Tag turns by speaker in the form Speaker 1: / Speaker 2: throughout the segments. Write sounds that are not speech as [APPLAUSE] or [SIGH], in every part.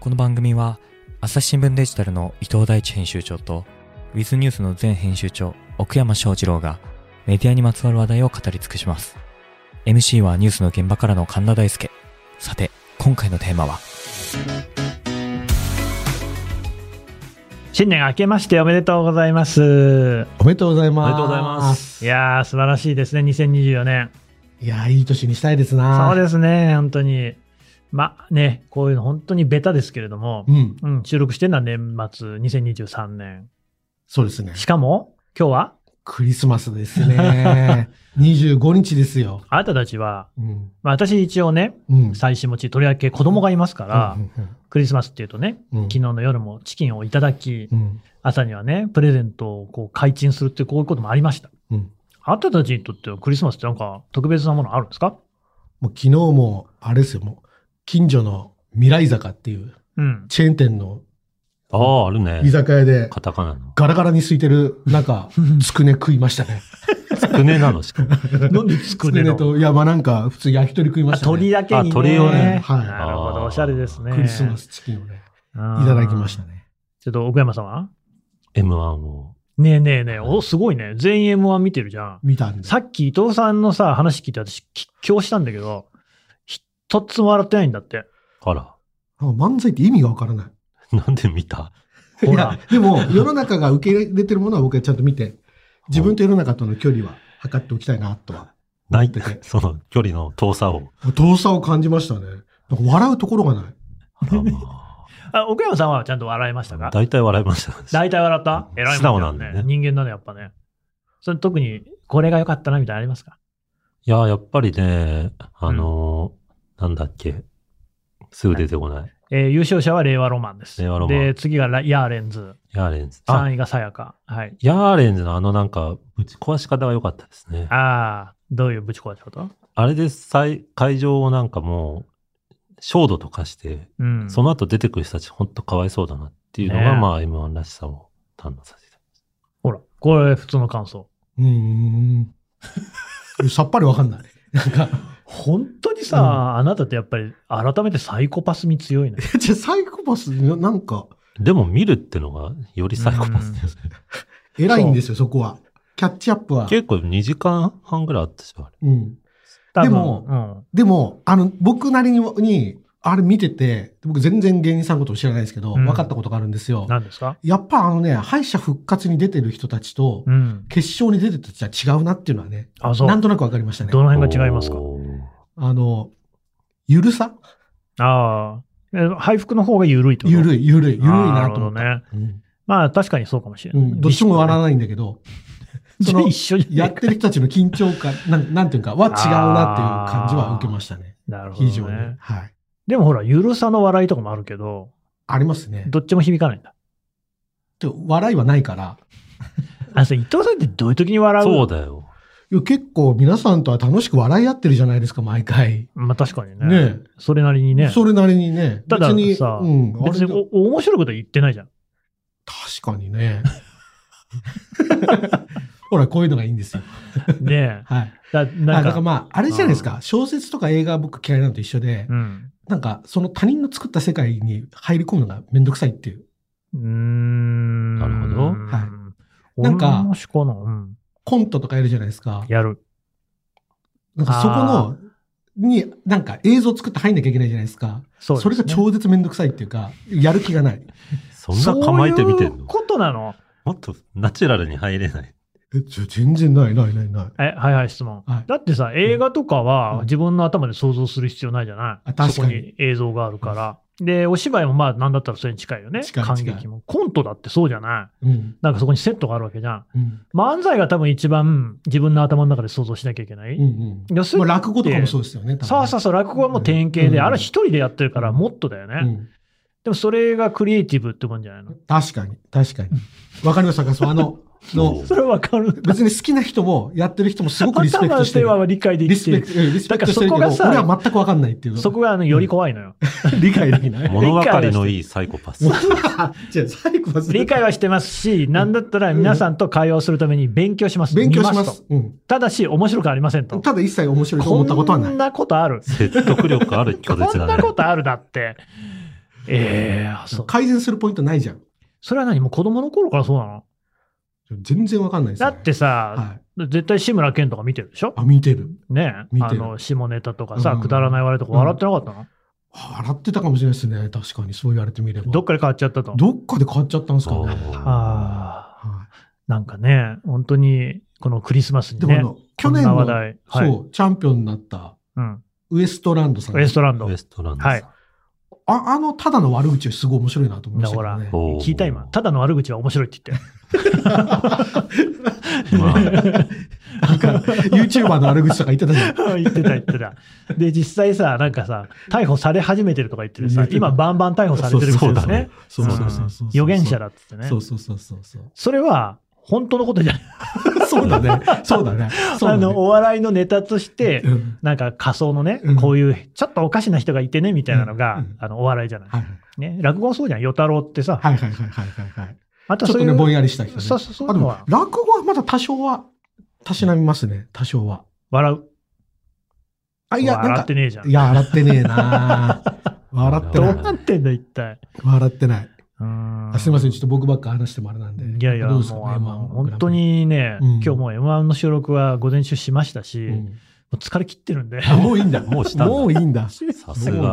Speaker 1: この番組は朝日新聞デジタルの伊藤大地編集長と Wiz ニュースの前編集長奥山翔二郎がメディアにまつわる話題を語り尽くします MC はニュースの現場からの神田大輔さて今回のテーマは
Speaker 2: 新年明けましておめでとうございます。
Speaker 3: おめでとうございます。
Speaker 4: おめでとうございま。す。
Speaker 2: いやー、素晴らしいですね、2024年。
Speaker 3: いやー、いい年にしたいですな。
Speaker 2: そうですね、本当に。まあね、こういうの本当にベタですけれども、
Speaker 3: うん、
Speaker 2: うん、収録してるのは年末2023年。
Speaker 3: そうですね。
Speaker 2: しかも、今日は、
Speaker 3: クリスマスです [LAUGHS] ね。25日ですよ。
Speaker 2: あなたたちは、
Speaker 3: うん。
Speaker 2: まあ私一応ね、
Speaker 3: うん。
Speaker 2: 妻子持ち、とりわけ子供がいますから、
Speaker 3: うん
Speaker 2: クリスマスっていうとね、
Speaker 3: うんうん
Speaker 2: 昨日の夜もチキンをいただき、
Speaker 3: うん。
Speaker 2: 朝にはね、プレゼントをこう開陳するってこういうこともありました。
Speaker 3: うん
Speaker 2: あなたたちにとってはクリスマスってなんか特別なものあるんですか
Speaker 3: もう昨日も、あれですよ、もう、近所の未来坂っていう
Speaker 2: [LAUGHS] うん。
Speaker 3: チェーン店の
Speaker 4: ああ、あるね
Speaker 3: 居。酒屋で、
Speaker 4: カタカナの。
Speaker 3: ガラガラに空いてる中、つくね食いましたね。
Speaker 4: つくねなのしかも。
Speaker 2: なんでつくねの
Speaker 3: と、いや、まあなんか、普通焼き鳥食いま
Speaker 2: あ
Speaker 3: したね。
Speaker 2: 鳥だけに、ね。
Speaker 4: あ鳥を
Speaker 3: ねはい
Speaker 2: なるほど、おしゃれですね。
Speaker 3: クリスマスチキンをね、
Speaker 2: うん。
Speaker 3: いただきましたね。
Speaker 2: ちょっと奥山さんは
Speaker 4: M1 を。
Speaker 2: ねえねえねえ、お、すごいね。全員 M1 見てるじゃん。
Speaker 3: 見たんで。
Speaker 2: さっき伊藤さんのさ、話聞いて私、き狂したんだけど、一つも笑ってないんだって。
Speaker 4: あら。
Speaker 3: なんか漫才って意味がわからない。
Speaker 4: なんで見た
Speaker 2: ほ
Speaker 3: い
Speaker 2: ら
Speaker 3: や、でも、世の中が受け入れてるものは僕はちゃんと見て、自分と世の中との距離は測っておきたいなとは。
Speaker 4: ない
Speaker 3: ってて
Speaker 4: その距離の遠さを。
Speaker 3: 遠さを感じましたね。なんか笑うところがない。
Speaker 4: あらま
Speaker 2: あ、奥山さんはちゃんと笑いました
Speaker 4: あ。
Speaker 2: か
Speaker 4: 大体笑いました。
Speaker 2: 大体笑った
Speaker 4: うん
Speaker 2: 偉い
Speaker 4: 素直
Speaker 2: も
Speaker 4: なんん
Speaker 2: だ
Speaker 4: だ
Speaker 2: よね。
Speaker 4: よね
Speaker 2: 人間だね、やっぱね。それ特に、これが良かったな、みたいなのありますか
Speaker 4: いや、やっぱりね、あのー、なんだっけ。すぐ出てこない。
Speaker 2: えー優勝者は令和ロマンです。
Speaker 4: 令和ロマン
Speaker 2: で、次がラヤーレンズ。
Speaker 4: ヤーレンズ。あ、
Speaker 2: 3位がさやか。はい。
Speaker 4: ヤーレンズのあのなんか、ぶち壊し方が良かったですね。
Speaker 2: ああ、どういうぶち壊しこと
Speaker 4: あれで最会場をなんかもう、焦土とかして、
Speaker 2: うん。
Speaker 4: その後出てくる人たちほんとかわいそうだなっていうのが、
Speaker 2: ねえ
Speaker 4: まあ M1 らしさを堪能させて。
Speaker 2: ほら、これ普通の感想。
Speaker 3: うーん。さっぱりわかんない。なんか、
Speaker 2: 本当にさ、
Speaker 3: うん
Speaker 2: あなたってやっぱり改めてサイコパスに強いね。
Speaker 3: じゃあサイコパス、なんか、
Speaker 4: でも見るってのがよりサイコパスですね。
Speaker 3: 偉いんですよ、そこは。キャッチアップは。
Speaker 4: 結構2時間半ぐらいあったし、あれ。
Speaker 3: うん。
Speaker 2: 多分
Speaker 3: [LAUGHS] でも
Speaker 2: うん、
Speaker 3: でも、あの、僕なりに、あれ見てて、僕全然芸人さんのことを知らないですけど、
Speaker 2: うん
Speaker 3: 分かったことがあるんですよ。
Speaker 2: 何ですか
Speaker 3: やっぱあのね、敗者復活に出てる人たちと
Speaker 2: う、ん。
Speaker 3: 決勝に出てる人たちは違うなっていうのはね、
Speaker 2: あ、そう。
Speaker 3: なんとなくわかりましたね。
Speaker 2: どの辺が違いますか
Speaker 4: おー
Speaker 3: あの、ゆるさ
Speaker 2: ああ。え配服の方が緩いってこと
Speaker 3: ゆるい、ゆるい、ゆるい
Speaker 2: あー
Speaker 3: な
Speaker 2: る
Speaker 3: と
Speaker 2: ほど
Speaker 3: 思った。
Speaker 2: ね。
Speaker 3: うん
Speaker 2: まあ確かにそうかもしれな
Speaker 3: う
Speaker 2: い。
Speaker 3: んどっちも笑わないんだけど、その
Speaker 2: 一緒じゃ
Speaker 3: や
Speaker 2: な
Speaker 3: っ
Speaker 2: い
Speaker 3: てる人たちの緊張感、なん [LAUGHS] なんていうか、は違うなっていう感じは受けましたね。
Speaker 2: なるほ
Speaker 3: 非常
Speaker 2: ど、
Speaker 3: に。
Speaker 2: ね。
Speaker 3: はい。
Speaker 2: でもほら、ゆるさの笑いとかもあるけど、
Speaker 3: ありますね。
Speaker 2: どっちも響かないんだ。
Speaker 3: で笑いはないから、
Speaker 2: あ、それ伊藤さんってどういう時に笑う
Speaker 4: そうだよ。
Speaker 3: いや結構皆さんとは楽しく笑い合ってるじゃないですか、毎回。
Speaker 2: まあ確かにね。
Speaker 3: ね
Speaker 2: それなりに
Speaker 3: え。
Speaker 2: ね。
Speaker 3: それなりにね。
Speaker 2: ただ
Speaker 3: 別に
Speaker 2: さ
Speaker 3: うん、あれ
Speaker 2: 別にお面白いこと言って
Speaker 3: [LAUGHS]
Speaker 2: ないじゃん。
Speaker 3: 確かに
Speaker 2: [LAUGHS]
Speaker 3: ね。 [LAUGHS] ほら、こういうのがいいんですよ。
Speaker 2: ね
Speaker 3: はい。
Speaker 2: え。だな
Speaker 3: あ
Speaker 2: ん
Speaker 3: だ
Speaker 2: か
Speaker 3: からまあ、あれじゃないですか、小説とか映画は僕嫌いなのと一緒で、
Speaker 2: うん。
Speaker 3: なんかその他人の作った世界に入り込むのがめんどくさいっていう、
Speaker 2: うーん。。
Speaker 4: なるほど
Speaker 3: はいなんか
Speaker 2: もしかな。うん。
Speaker 3: コントとかやるじゃないですか。
Speaker 2: やる。
Speaker 3: なんかそこの、に、なんか映像作って入んなきゃいけないじゃないですか。
Speaker 2: そ
Speaker 3: そう
Speaker 2: です
Speaker 3: れが超絶めんどくさいっていうか、やる気がない。
Speaker 4: そんな構えて見て
Speaker 2: そ
Speaker 4: ん
Speaker 2: ういう
Speaker 4: の
Speaker 2: ことなの。
Speaker 4: もっとナチュラルに入れない。
Speaker 3: え、ちょ全然ないないないない。
Speaker 2: え、はいはい、質問。
Speaker 3: はい
Speaker 2: だってさ、映画とかは
Speaker 3: うん
Speaker 2: 自分の頭で想像する必要ないじゃない、
Speaker 3: あ確かに
Speaker 2: そこに映像があるから。で、お芝居もまあ、なんだったらそれに近いよね。
Speaker 3: 近い
Speaker 2: 感
Speaker 3: 近い
Speaker 2: 激も。コントだってそうじゃない
Speaker 3: うん。
Speaker 2: なんかそこにセットがあるわけじゃん。
Speaker 3: うん。
Speaker 2: 漫才が多分一番自分の頭の中で想像しなきゃいけない。
Speaker 3: うんうん。
Speaker 2: 要する
Speaker 3: まあ
Speaker 2: に
Speaker 3: 落語とかもそうですよね。
Speaker 2: そうそううそう、落語はもう典型で、
Speaker 3: うん
Speaker 2: あれ一人でやってるからもっとだよね。
Speaker 3: うん。
Speaker 2: でもそれがクリエイティブってもんじゃないの
Speaker 3: 確かに、確かに。わかりましたかそう、あの、の、
Speaker 2: それはわかる。
Speaker 3: 別に好きな人もやってる人もすごくリスペク
Speaker 2: 頭
Speaker 3: トして
Speaker 2: で
Speaker 3: る。
Speaker 2: は理解で
Speaker 3: リ
Speaker 2: き
Speaker 3: ス
Speaker 2: て
Speaker 3: ペ
Speaker 2: る
Speaker 3: ク。ト、うんリスペクトしてるけ
Speaker 2: だ
Speaker 3: ど、
Speaker 2: から
Speaker 3: 俺
Speaker 2: そこがさ
Speaker 3: は全くわかんないっていう。
Speaker 2: そこがあのより怖いのよ。
Speaker 3: 理解できない。
Speaker 4: 物分かりのいいサイコパ
Speaker 3: [LAUGHS]
Speaker 4: ス。
Speaker 3: じゃあ、最後は
Speaker 2: 理解はしてますし、なんだったら皆さんと会話をするために勉強します。
Speaker 3: 勉強しま
Speaker 2: 見
Speaker 3: す
Speaker 2: と。
Speaker 3: うん。
Speaker 2: ただし、面白くありませんと。
Speaker 3: ただ一切面白いと思ったことはない。
Speaker 2: んなことある。
Speaker 4: 説得力ある拒
Speaker 2: [LAUGHS] こ
Speaker 4: 絶
Speaker 2: ん
Speaker 4: だ
Speaker 2: な
Speaker 4: ね
Speaker 2: こ。とあるだって。ええあそう。
Speaker 3: 改善するポイントないじゃん。
Speaker 2: それは何もう子供の頃からそうなの
Speaker 3: 全然わかんないです、
Speaker 2: だ
Speaker 3: ね。
Speaker 2: ってさ、
Speaker 3: はい。
Speaker 2: 絶対志村けんとか見てるでしょ
Speaker 3: あ、見てる。
Speaker 2: ねえ
Speaker 3: 見
Speaker 2: あ
Speaker 3: てる
Speaker 2: の、下ネタとかさ、
Speaker 3: うん
Speaker 2: くだらない笑いとか笑ってなかったの、
Speaker 3: あ洗ってたかもしれないですね。確かに、そう言われてみれば。
Speaker 2: どっかで変わっちゃったと。
Speaker 3: どっかで変わっちゃったんですか
Speaker 4: お
Speaker 3: ね。
Speaker 4: ー
Speaker 2: ああ、
Speaker 3: は
Speaker 2: なんかね、本当に、このクリスマス
Speaker 3: い、
Speaker 2: に
Speaker 3: でもあ
Speaker 2: ね
Speaker 3: の、、去年
Speaker 2: こんな話
Speaker 3: の、
Speaker 2: 題、はい、
Speaker 3: そう、チャンピオンになった
Speaker 2: うん。
Speaker 3: ウエストランドさん。
Speaker 2: ウエストランド
Speaker 4: ウエ。ストランド
Speaker 2: はい。
Speaker 3: ああの、ただの悪口すごい面白いなと思いましたけどね。
Speaker 4: おー
Speaker 2: 聞いた今。ただの悪口は面白いって言って。
Speaker 4: まあ
Speaker 3: なん
Speaker 2: [LAUGHS]
Speaker 3: か、YouTuber の悪口とか言ってたじゃ
Speaker 2: [LAUGHS]
Speaker 3: ん。
Speaker 2: 言ってた言ってた。で、実際さ、なんかさ、逮捕され始めてるとか言っててさ
Speaker 3: 言っ、てた
Speaker 2: 今バンバン逮捕されてるみたいですね。
Speaker 3: そうそうそうそう。
Speaker 2: 予言者だっつってね。
Speaker 3: そうそうそうそうそう。
Speaker 2: それは、本当のことじゃない。
Speaker 3: そうだね。そうだね。そう
Speaker 2: あ
Speaker 3: だね
Speaker 2: の、お笑いのネタとして、
Speaker 3: うん
Speaker 2: なんか仮想のね
Speaker 3: うん、
Speaker 2: こういう、ちょっとおかしな人がいてね、みたいなの
Speaker 3: う
Speaker 2: が
Speaker 3: ん、
Speaker 2: あの、お笑いじゃない。
Speaker 3: はい
Speaker 2: ね、落語もそうじゃん。与太郎ってさ、
Speaker 3: はいはいはいはいはいはい。
Speaker 2: また
Speaker 3: ちょっ
Speaker 2: そう
Speaker 3: と
Speaker 2: い
Speaker 3: ね、
Speaker 2: う、
Speaker 3: ぼんやりした人ね。
Speaker 2: そうそうそういう
Speaker 3: あで
Speaker 2: の
Speaker 3: も
Speaker 2: は、
Speaker 3: 落語はまだ多少は、たしなみますね。多少は。
Speaker 2: 笑う。
Speaker 3: あ、いや、なん
Speaker 2: 笑っ
Speaker 3: か
Speaker 2: て、ねえじゃん
Speaker 3: い。や、笑ってね
Speaker 2: [LAUGHS]
Speaker 3: えな笑って
Speaker 2: ど
Speaker 3: な
Speaker 2: う
Speaker 3: い。
Speaker 2: なってんだ、一体。
Speaker 3: 笑ってない。
Speaker 2: うー
Speaker 3: あすみません、ちょっと僕ばっか話してもあれなんで。
Speaker 2: いやいや、
Speaker 3: ど
Speaker 2: もう
Speaker 3: ですかね
Speaker 2: あ
Speaker 3: まあ
Speaker 2: の、本当にね、
Speaker 3: うん
Speaker 2: 今日もう M1 の収録は午前中しましたし、
Speaker 3: う
Speaker 2: も
Speaker 3: ん
Speaker 2: う疲れ切ってるんで、
Speaker 3: あもういいんだ。
Speaker 4: もうしたんだ
Speaker 3: もういいんだ。す
Speaker 4: さすが。
Speaker 3: ご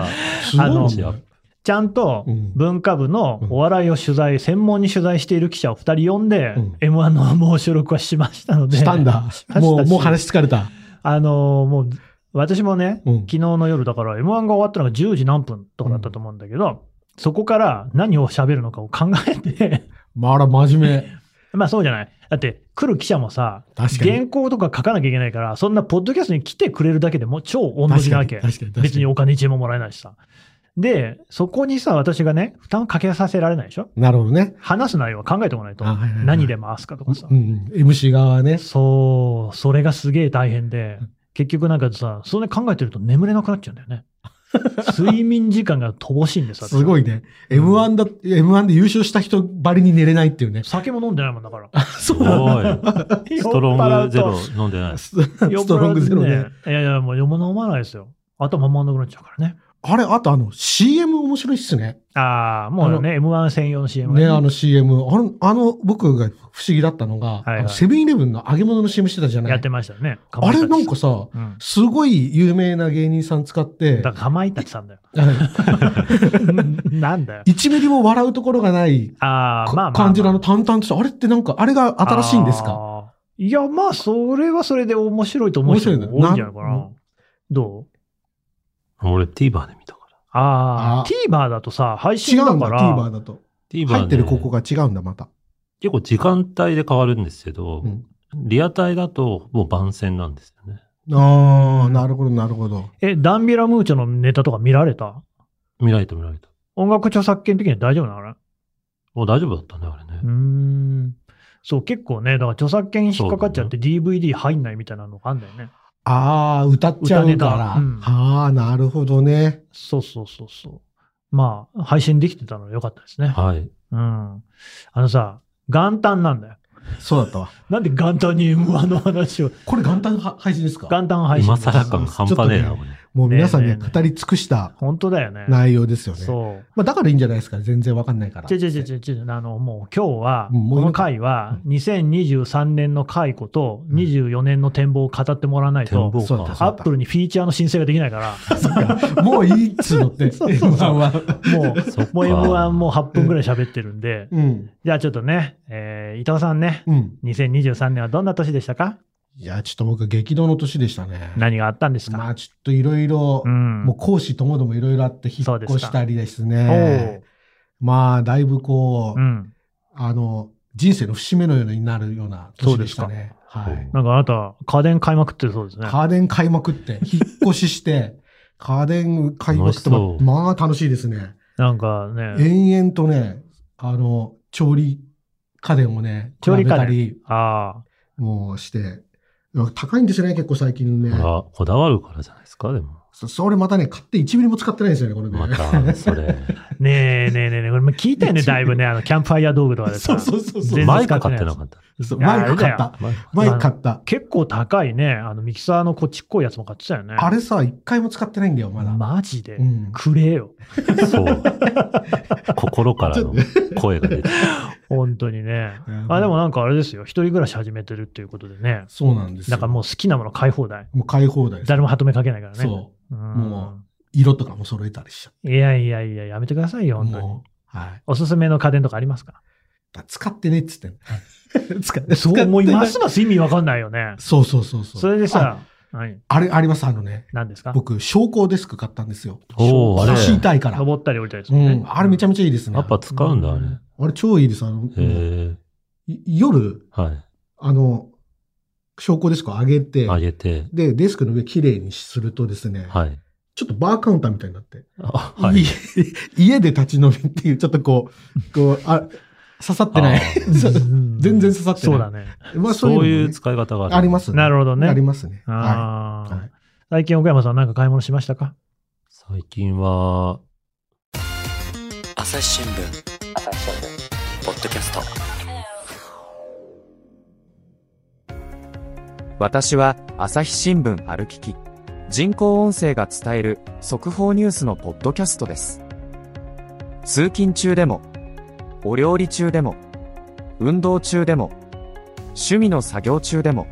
Speaker 2: あ
Speaker 3: い
Speaker 2: の
Speaker 3: んだよ。
Speaker 2: ちゃんと
Speaker 3: うん
Speaker 2: 文化部のお笑いを取材、専門に取材している記者を2人呼んで、
Speaker 3: うん
Speaker 2: M1 のもう収録はしましたので、
Speaker 3: したんだ。
Speaker 2: し
Speaker 3: もう、もう話疲れた。
Speaker 2: あの、もう、私もね、
Speaker 3: うん
Speaker 2: 昨日の夜だから M1 が終わったのが10時何分とかだったと思うんだけど、そこから何を喋るのかを考えて、 [LAUGHS]
Speaker 3: まああら、真面目。
Speaker 2: まあそうじゃない。だって来る記者もさ、
Speaker 3: 確かに。
Speaker 2: 原稿とか書かなきゃいけないから、そんなポッドキャストに来てくれるだけでもう超御の
Speaker 3: 確
Speaker 2: 字な
Speaker 3: か
Speaker 2: わ
Speaker 3: に
Speaker 2: け。
Speaker 3: 確かに。確
Speaker 2: 別に
Speaker 3: かに。
Speaker 2: お金1円ももらえないしさ。で、そこにさ、私がね、負担かけさせられないでしょ
Speaker 3: なるほどね。
Speaker 2: 話す内容は考えておかないと
Speaker 3: あはいはいは。い
Speaker 2: 何で回すかとかさ
Speaker 3: う。ん。MC 側はね。
Speaker 2: そう、それがすげえ大変で、結局なんかさ、それ考えてると眠れなくなっちゃうんだ
Speaker 3: [LAUGHS]
Speaker 2: よね。睡眠時間が乏しいんでさ。
Speaker 3: すご
Speaker 2: い。
Speaker 3: いね。M1 だ、M1 で優勝した人ばりに寝れないっていうね。
Speaker 2: 酒も飲んでないもんだから。
Speaker 4: すごい。ストロングゼロ飲んでない。
Speaker 3: ス [LAUGHS] ストロングゼロ
Speaker 2: 酔っ払
Speaker 3: ね。
Speaker 2: うとね。いやいや、もう飲まないですよ。頭回んなくなっちゃうからね。
Speaker 3: あれ、あとあの、CM 面白いっすね。
Speaker 2: ああ、もうね、M1 専用の CM が
Speaker 3: ね、あの CM。あの、あの、僕が不思議だったのが、
Speaker 2: はいはい
Speaker 3: あのセブンイレブンの揚げ物の CM してたじゃない。
Speaker 2: やってましたよね。
Speaker 3: あれなんかさ、
Speaker 2: うん、
Speaker 3: すごい有名な芸人さん使って
Speaker 2: だか、らかまいたちさ
Speaker 3: [LAUGHS]
Speaker 2: んだよ。なんだよ。
Speaker 3: 1ミリも笑うところがない
Speaker 2: ああ、まあまあ、まあ。
Speaker 3: 感じのあの淡々とした、あれってなんか、あれが新しいんですか
Speaker 2: かいや、まあ、それはそれで面白いと思う人
Speaker 3: 面
Speaker 2: も
Speaker 3: 白いね
Speaker 2: 多いんじゃないかな。
Speaker 3: な
Speaker 2: どう
Speaker 4: 俺 TVer で見たから。
Speaker 2: ああ
Speaker 3: あ、
Speaker 2: TVer だとさ、配
Speaker 3: 違
Speaker 2: 信だ
Speaker 3: うん
Speaker 2: か
Speaker 3: だ、
Speaker 2: ら。
Speaker 3: TVer だと。
Speaker 4: TVer ね
Speaker 3: 入ってるここが違うんだ、また。
Speaker 4: 結構時間帯で変わるんですけど、
Speaker 3: うん
Speaker 4: リアタイだともう番宣なんですよね。
Speaker 3: ああ、なるほど、なるほど。
Speaker 2: え、ダンビラムーチョのネタとか見られた
Speaker 4: 見られた見られた。
Speaker 2: 音楽著作権的には大丈夫なのかな
Speaker 4: もう大丈夫だったね、あれね
Speaker 2: うー。ん。そう、結構ね、だから著作権引っかかっちゃって DVD 入んないみたいなのがあんだよね。
Speaker 3: ああ、歌っちゃうか
Speaker 2: 歌
Speaker 3: ら。
Speaker 2: ネタうん
Speaker 3: ああ、なるほどね。
Speaker 2: そうそうそうそう。まあ、配信できてたのは良かったですね。
Speaker 4: はい。
Speaker 2: うん。あのさ、元旦なんだよ。
Speaker 3: そうだったわ。
Speaker 2: なんで元旦に M1 の話を、
Speaker 3: これ元旦は配信ですか
Speaker 2: 元旦配信
Speaker 4: 今
Speaker 2: です。
Speaker 4: 更感半端ねえな、
Speaker 3: ちょっと
Speaker 4: 俺。
Speaker 3: もう皆さん
Speaker 2: ね
Speaker 3: ね、
Speaker 2: えねえねえ
Speaker 3: 語り尽くした
Speaker 2: 本当だよね。
Speaker 3: 内容ですよね。
Speaker 2: そう。
Speaker 3: まあ、だからいいんじゃないですか。全然わかんないから。
Speaker 2: ちょちょちょちょちょ、あの、もう今日は、
Speaker 3: うんも
Speaker 2: こ
Speaker 3: ういい
Speaker 2: の
Speaker 3: のか
Speaker 2: 回は、2023年の回こと、24年の展望を語ってもらわない
Speaker 4: 展
Speaker 2: と、
Speaker 4: 望
Speaker 3: そうだ
Speaker 4: か。
Speaker 2: アップルにフィーチャーの申請ができないから、
Speaker 3: [LAUGHS] もういいっつうのっ
Speaker 2: [LAUGHS]
Speaker 3: て、
Speaker 2: そうそうそう
Speaker 3: M1 は。
Speaker 2: もう、もう
Speaker 4: そっか
Speaker 2: M1 もう8分ぐらい喋ってるんで、
Speaker 3: うん。
Speaker 2: じゃあちょっとね、えー伊藤さんね、
Speaker 3: うん。
Speaker 2: 2023年はどんな年でしたか
Speaker 3: いや、ちょっと僕、激動の年でしたね。
Speaker 2: 何があったんですか、
Speaker 3: まあ、ちょっといろいろ
Speaker 2: う、ん。
Speaker 3: もう講師ともどもいろいろあって、引
Speaker 2: そ
Speaker 3: っ
Speaker 2: うですか
Speaker 3: 越したりです
Speaker 2: お
Speaker 3: ね
Speaker 2: う。
Speaker 3: まあ、だいぶこう、
Speaker 2: うん。
Speaker 3: あの、人生の節目のようになるような年でしたね。はい。
Speaker 2: なんかあなた、家電買いまくってるそうですね。
Speaker 3: 家電買いまくって、引っ越しして、
Speaker 2: [LAUGHS]
Speaker 3: 家電買いまくって、ま
Speaker 4: 楽しそう
Speaker 3: まあ楽しいですね。
Speaker 2: なんかね、
Speaker 3: 延々とね、あの、調理家電をね、
Speaker 2: 調理家電
Speaker 3: 比べたり
Speaker 2: あ
Speaker 3: もうして、いや高いんですよね、結構最近ね。
Speaker 4: あこだわるからじゃないですか、でも。
Speaker 3: そそれまたね、買って1ミリも使ってないんですよね、これね。
Speaker 4: また、それ。
Speaker 2: あ、ねえねえねえねえ、これも聞いたよね、だいぶね、あの、キャンプファイヤー道具とかで
Speaker 3: [LAUGHS] そ
Speaker 2: さ
Speaker 3: う。そうそうそう。
Speaker 2: 全然
Speaker 4: マイク買ってなかった。
Speaker 3: そう
Speaker 2: いや
Speaker 3: マイク買った。
Speaker 4: ま
Speaker 3: マイク買った。
Speaker 2: 結構高いね、あのミキサーのこっちっこいやつも買ってたよね。
Speaker 3: あれさ、一回も使ってないんだよ、まだ。
Speaker 2: マジで、
Speaker 3: うん
Speaker 2: くれよ。
Speaker 4: あそう。心からの声が出て。
Speaker 2: 本当にね
Speaker 3: うん。
Speaker 2: あでもなんかあれですよ、一人暮らし始めてるっていうことでね。
Speaker 3: そうなんですよ。
Speaker 2: だからもう好きなもの買い放題。
Speaker 3: もう買い放題です。
Speaker 2: 誰も歯止めかけないからね。。
Speaker 3: そうも色とかも揃えたりしちゃっ
Speaker 2: ん。いやいやいや、やめてくださいよ、本
Speaker 3: て。
Speaker 2: 当に。
Speaker 3: もう、はい。
Speaker 2: おすすめの家電とかありますか
Speaker 3: だ使ってねっつってんの使って
Speaker 2: そう思い
Speaker 3: 使って
Speaker 2: ま
Speaker 3: ない
Speaker 2: すます意味わかんないよね。
Speaker 3: そうそうそうそう。
Speaker 2: それでさ、はい、
Speaker 3: あ、あれ、あります、あのね。
Speaker 2: 何ですか
Speaker 3: 僕、昇降デスク買ったんですよ。
Speaker 4: おお、あれ。
Speaker 3: 腰痛いから。
Speaker 2: 登ったり降りたりす
Speaker 3: う
Speaker 2: るね、
Speaker 3: ん。あれめちゃめちゃいいですね。
Speaker 4: やっぱ使うんだ、あれ。
Speaker 3: あれ超いいです。あの、
Speaker 4: へ
Speaker 3: い夜、
Speaker 4: え。はい。
Speaker 3: あの、昇降デスクを上げて、
Speaker 4: あげて。
Speaker 3: で、デスクの上きれいにするとですね、
Speaker 4: はい。
Speaker 3: ちょっとバーカウンターみたいになって、
Speaker 4: あはい
Speaker 3: い家で立ち飲みっていう、ちょっとこう、こう、あ、刺さってない。
Speaker 4: あ
Speaker 3: [LAUGHS] そう
Speaker 2: うん
Speaker 3: 全然刺さって
Speaker 2: そ
Speaker 3: な
Speaker 2: う
Speaker 3: い。
Speaker 2: だね。
Speaker 3: まあそういうの
Speaker 4: そうい
Speaker 3: も
Speaker 4: う
Speaker 3: ね
Speaker 4: 使い方がある。
Speaker 3: ありますね。
Speaker 2: なるほどね
Speaker 3: ありますね。
Speaker 2: あ
Speaker 3: はい。
Speaker 2: ー
Speaker 3: はい
Speaker 2: 最近奥山さんなんか買い物しましたか
Speaker 4: 最近は、
Speaker 1: 朝日新聞ポッドキャスト
Speaker 5: 私は朝日新聞歩きき人工音声が伝える速報ニュースのポッドキャストです通勤中でもお料理中でも運動中でも趣味の作業中でも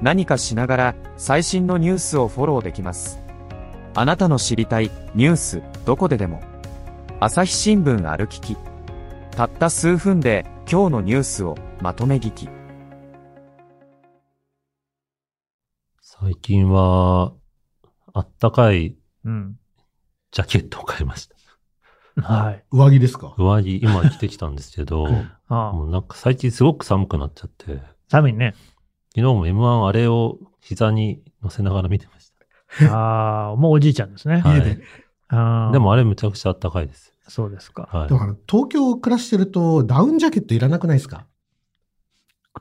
Speaker 5: 何かしながら最新のニュースをフォローできますあなたの知りたいニュースどこででも朝日新聞歩ききたった数分で今日のニュースをまとめ聞き
Speaker 4: 最近は、あったかい
Speaker 2: うん。
Speaker 4: ジャケットを買いました。
Speaker 2: はい。
Speaker 3: 上着ですか
Speaker 4: 上着、今着てきたんですけど、
Speaker 2: あ
Speaker 4: もうなんか最近すごく寒くなっちゃって、昨
Speaker 2: 寒い
Speaker 3: [LAUGHS]
Speaker 2: ね。
Speaker 4: 日も M1 あれを膝に乗せながら見てまし
Speaker 2: ああ、もうおじいちゃんですね
Speaker 4: た。。はい
Speaker 3: 家で。
Speaker 2: あー
Speaker 4: でもあれむちゃくちゃあったかいです。
Speaker 2: そうですか。
Speaker 4: はい
Speaker 3: で。もあの、東京暮らしてると、ダウンジャケットいらなくないですか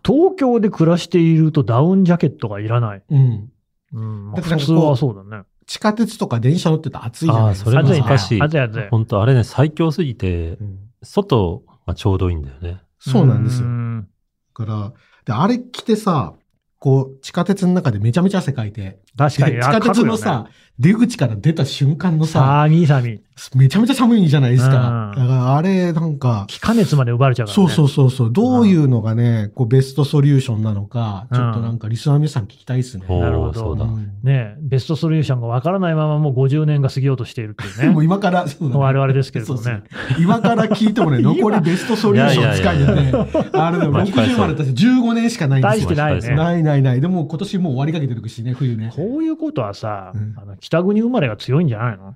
Speaker 2: 東京で暮らしているとダウンジャケットがいらない。
Speaker 3: うん。
Speaker 2: うん。まあ
Speaker 3: だってなん
Speaker 2: 普
Speaker 3: かこう
Speaker 2: 通はそうだね。
Speaker 3: 地下鉄とか電車乗ってたら暑いじゃないですか。
Speaker 4: あーそれも
Speaker 2: 暑いね
Speaker 4: 難しい
Speaker 2: 暑い暑い。
Speaker 4: 本当あれね、最強すぎて
Speaker 3: う、ん
Speaker 4: 外がちょうどいいんだよね。
Speaker 3: そうなんですよ。
Speaker 2: う
Speaker 3: だ
Speaker 2: ん
Speaker 3: から、で、あれ着てさ、こう、地下鉄の中でめちゃめちゃ汗かいて、
Speaker 2: 確か
Speaker 3: で
Speaker 2: に。
Speaker 3: 地
Speaker 2: あ
Speaker 3: 下鉄
Speaker 2: か
Speaker 3: の、
Speaker 2: くよ
Speaker 3: さ、出口から出た瞬間の
Speaker 2: ね
Speaker 3: さ、
Speaker 2: 寒い寒い。
Speaker 3: めちゃめちゃ寒いじゃないですか。だ
Speaker 2: うん
Speaker 3: から、あれ、なんか、
Speaker 2: 気化熱まで奪われちゃうから
Speaker 3: そ
Speaker 2: ね。
Speaker 3: うそうそうそう、どういうのがね、こう、ベストソリューションなのか、
Speaker 2: うん
Speaker 3: ちょっとなんか、リスナーの皆さん聞きたいですね。
Speaker 4: おー
Speaker 2: なるほど
Speaker 4: そうだ。
Speaker 3: うん
Speaker 2: ねえベストソリューションがわからないままもう50年が過ぎようとしているっていうね。
Speaker 3: もう今から、 [LAUGHS] そうだね
Speaker 2: 我々ですけれども
Speaker 3: そう
Speaker 2: ね。
Speaker 3: そう今から聞いてもね、
Speaker 2: [LAUGHS]
Speaker 3: 残りベストソリューション使えて
Speaker 4: いやいやい
Speaker 3: ね、あれでも
Speaker 4: 巻き返
Speaker 3: 60
Speaker 4: そう
Speaker 3: までだって15年しかないんで
Speaker 2: 大
Speaker 3: す
Speaker 2: し
Speaker 3: よ
Speaker 2: て。ない
Speaker 4: 確かに
Speaker 2: ね。
Speaker 3: ないないない。でも今年もう終わりかけてるしね、冬ね。
Speaker 2: こういうことはさ、
Speaker 3: うん
Speaker 2: あの北国生まれが強いんじゃないの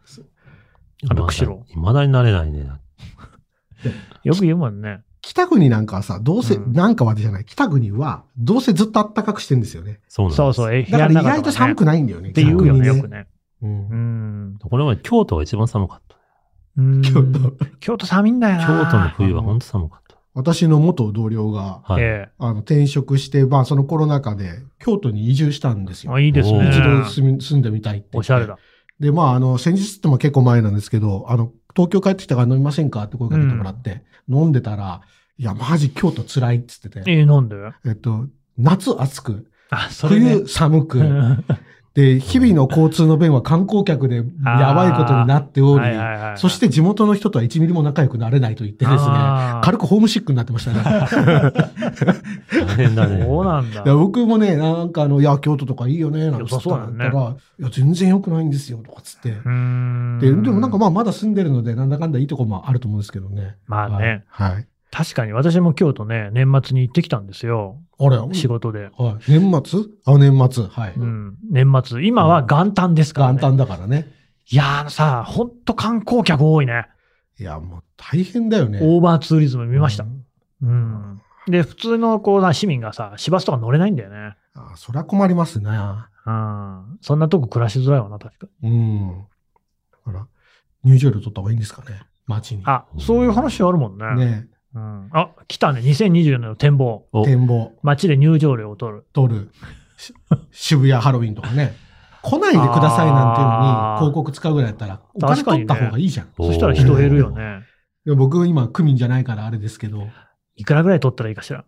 Speaker 2: あの釧路
Speaker 4: いまだに慣れないね。
Speaker 2: よく言うもんね。
Speaker 3: 北国なんかはさ、どうせ、
Speaker 2: うん
Speaker 3: なんかはじゃない、北国は、どうせずっと暖かくしてんですよね。
Speaker 4: そうなんです。
Speaker 2: そうそう、え部
Speaker 3: だか
Speaker 2: 屋
Speaker 3: ら
Speaker 2: の
Speaker 3: 意
Speaker 2: 中
Speaker 3: 外と寒く
Speaker 2: ね
Speaker 3: ないんだよね。
Speaker 2: って言うよね、
Speaker 3: 逆
Speaker 2: よ
Speaker 3: に
Speaker 2: くね。
Speaker 3: うん
Speaker 2: うん。
Speaker 4: この前、京都が一番寒かった。
Speaker 2: うん
Speaker 3: 京都。
Speaker 2: 京都寒いんだよな。
Speaker 4: 京都の冬は本当寒かっ
Speaker 3: 私の元同僚が、
Speaker 4: た。はい。
Speaker 2: え
Speaker 3: あの、転職して、まあそのコロナ禍で、京都に移住したんです
Speaker 2: え
Speaker 3: よ。
Speaker 2: あいいですね。
Speaker 4: おー
Speaker 3: 一度住み住んでみたいって言って。
Speaker 2: おしゃれだ。
Speaker 3: で、まあ、あの、先日っても結構前なんですけど、あの、東京帰ってきたから飲みませんかって声かけてもらって、飲んでたら、いや、マジ京都辛いって言ってて、
Speaker 2: ええなんで
Speaker 3: えっと、夏暑く、
Speaker 2: あ、それね。
Speaker 3: 冬寒く、
Speaker 2: うん
Speaker 3: で、日々の交通の便は観光客でやばいことになっており、
Speaker 2: はいはいはい
Speaker 3: そして地元の人とは1ミリも仲良くなれないと言ってですね、
Speaker 2: あー
Speaker 3: 軽くホームシックになってましたね。
Speaker 4: 大変だね。
Speaker 2: そうなんだ
Speaker 3: で。僕もね、なんかあの、いや、京都とかいいよね、なんて言ったら、
Speaker 2: 良さそうだよ
Speaker 3: いや、全然良くないんですよ、とかつって。
Speaker 2: うーん
Speaker 3: ででもなんかまあまだ住んでるので、なんだかんだいいとこもあると思うんですけどね。
Speaker 2: まあね、
Speaker 3: はい。はい。
Speaker 2: 確かに私も京都ね、年末に行ってきたんですよ。
Speaker 3: あれ、
Speaker 2: 仕事で。
Speaker 3: はい。年末あ、年末。はい。
Speaker 2: うん。年末。今は元旦ですから、ね。
Speaker 3: 元旦だからね。
Speaker 2: いやーあのさ、ほんと観光客多いね。
Speaker 3: いや、もう大変だよね。
Speaker 2: オーバーツーリズム見ました
Speaker 3: う。ん
Speaker 2: うん。で、普通のこうな市民がさ、市バスとか乗れないんだよね。
Speaker 3: あ、そりゃ困りますね。
Speaker 2: うん。そんなとこ暮らしづらいわな、確かに。
Speaker 3: うん。だから、入場料取った方がいいんですかね。街に。
Speaker 2: あ、そういう話あるもんね。
Speaker 3: ね
Speaker 2: うん。あ、来たね。2024年の展望。
Speaker 4: お
Speaker 3: 展望、
Speaker 2: 街で入場料を取る。
Speaker 3: 取る、し渋谷ハロウィンとかね。来ないでくださいなんていうの
Speaker 2: あー
Speaker 3: に、広告使うぐらいだったら、お金
Speaker 2: 確かに
Speaker 3: 取
Speaker 2: ね
Speaker 3: った方がいいじゃん。
Speaker 4: おー
Speaker 2: そしたら人減るよね。
Speaker 3: いや僕今、区民じゃないからあれですけど、
Speaker 2: いくらぐらい取ったらいいかしら。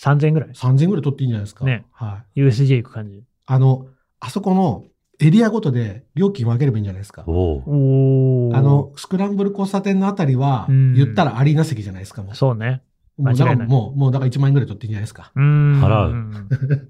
Speaker 2: 3000円ぐらい。
Speaker 3: 3000ぐらい取っていいんじゃないですか。
Speaker 2: ね
Speaker 3: はい。
Speaker 2: USJ 行く感じ。
Speaker 3: あの、あそこのエリアごとで料金分ければいいんじゃないですか。
Speaker 4: おう
Speaker 2: おー
Speaker 3: あの、、スクランブル交差点のあたりは、
Speaker 2: うん
Speaker 3: 言ったらアリーナ席じゃないですか、もう。
Speaker 2: そうね。
Speaker 3: もうだか
Speaker 2: 間違い
Speaker 3: ら
Speaker 2: ない
Speaker 3: もう、もうだから1万円ぐらい取っていいんじゃないですか。
Speaker 2: うーん。
Speaker 4: 払う
Speaker 2: う。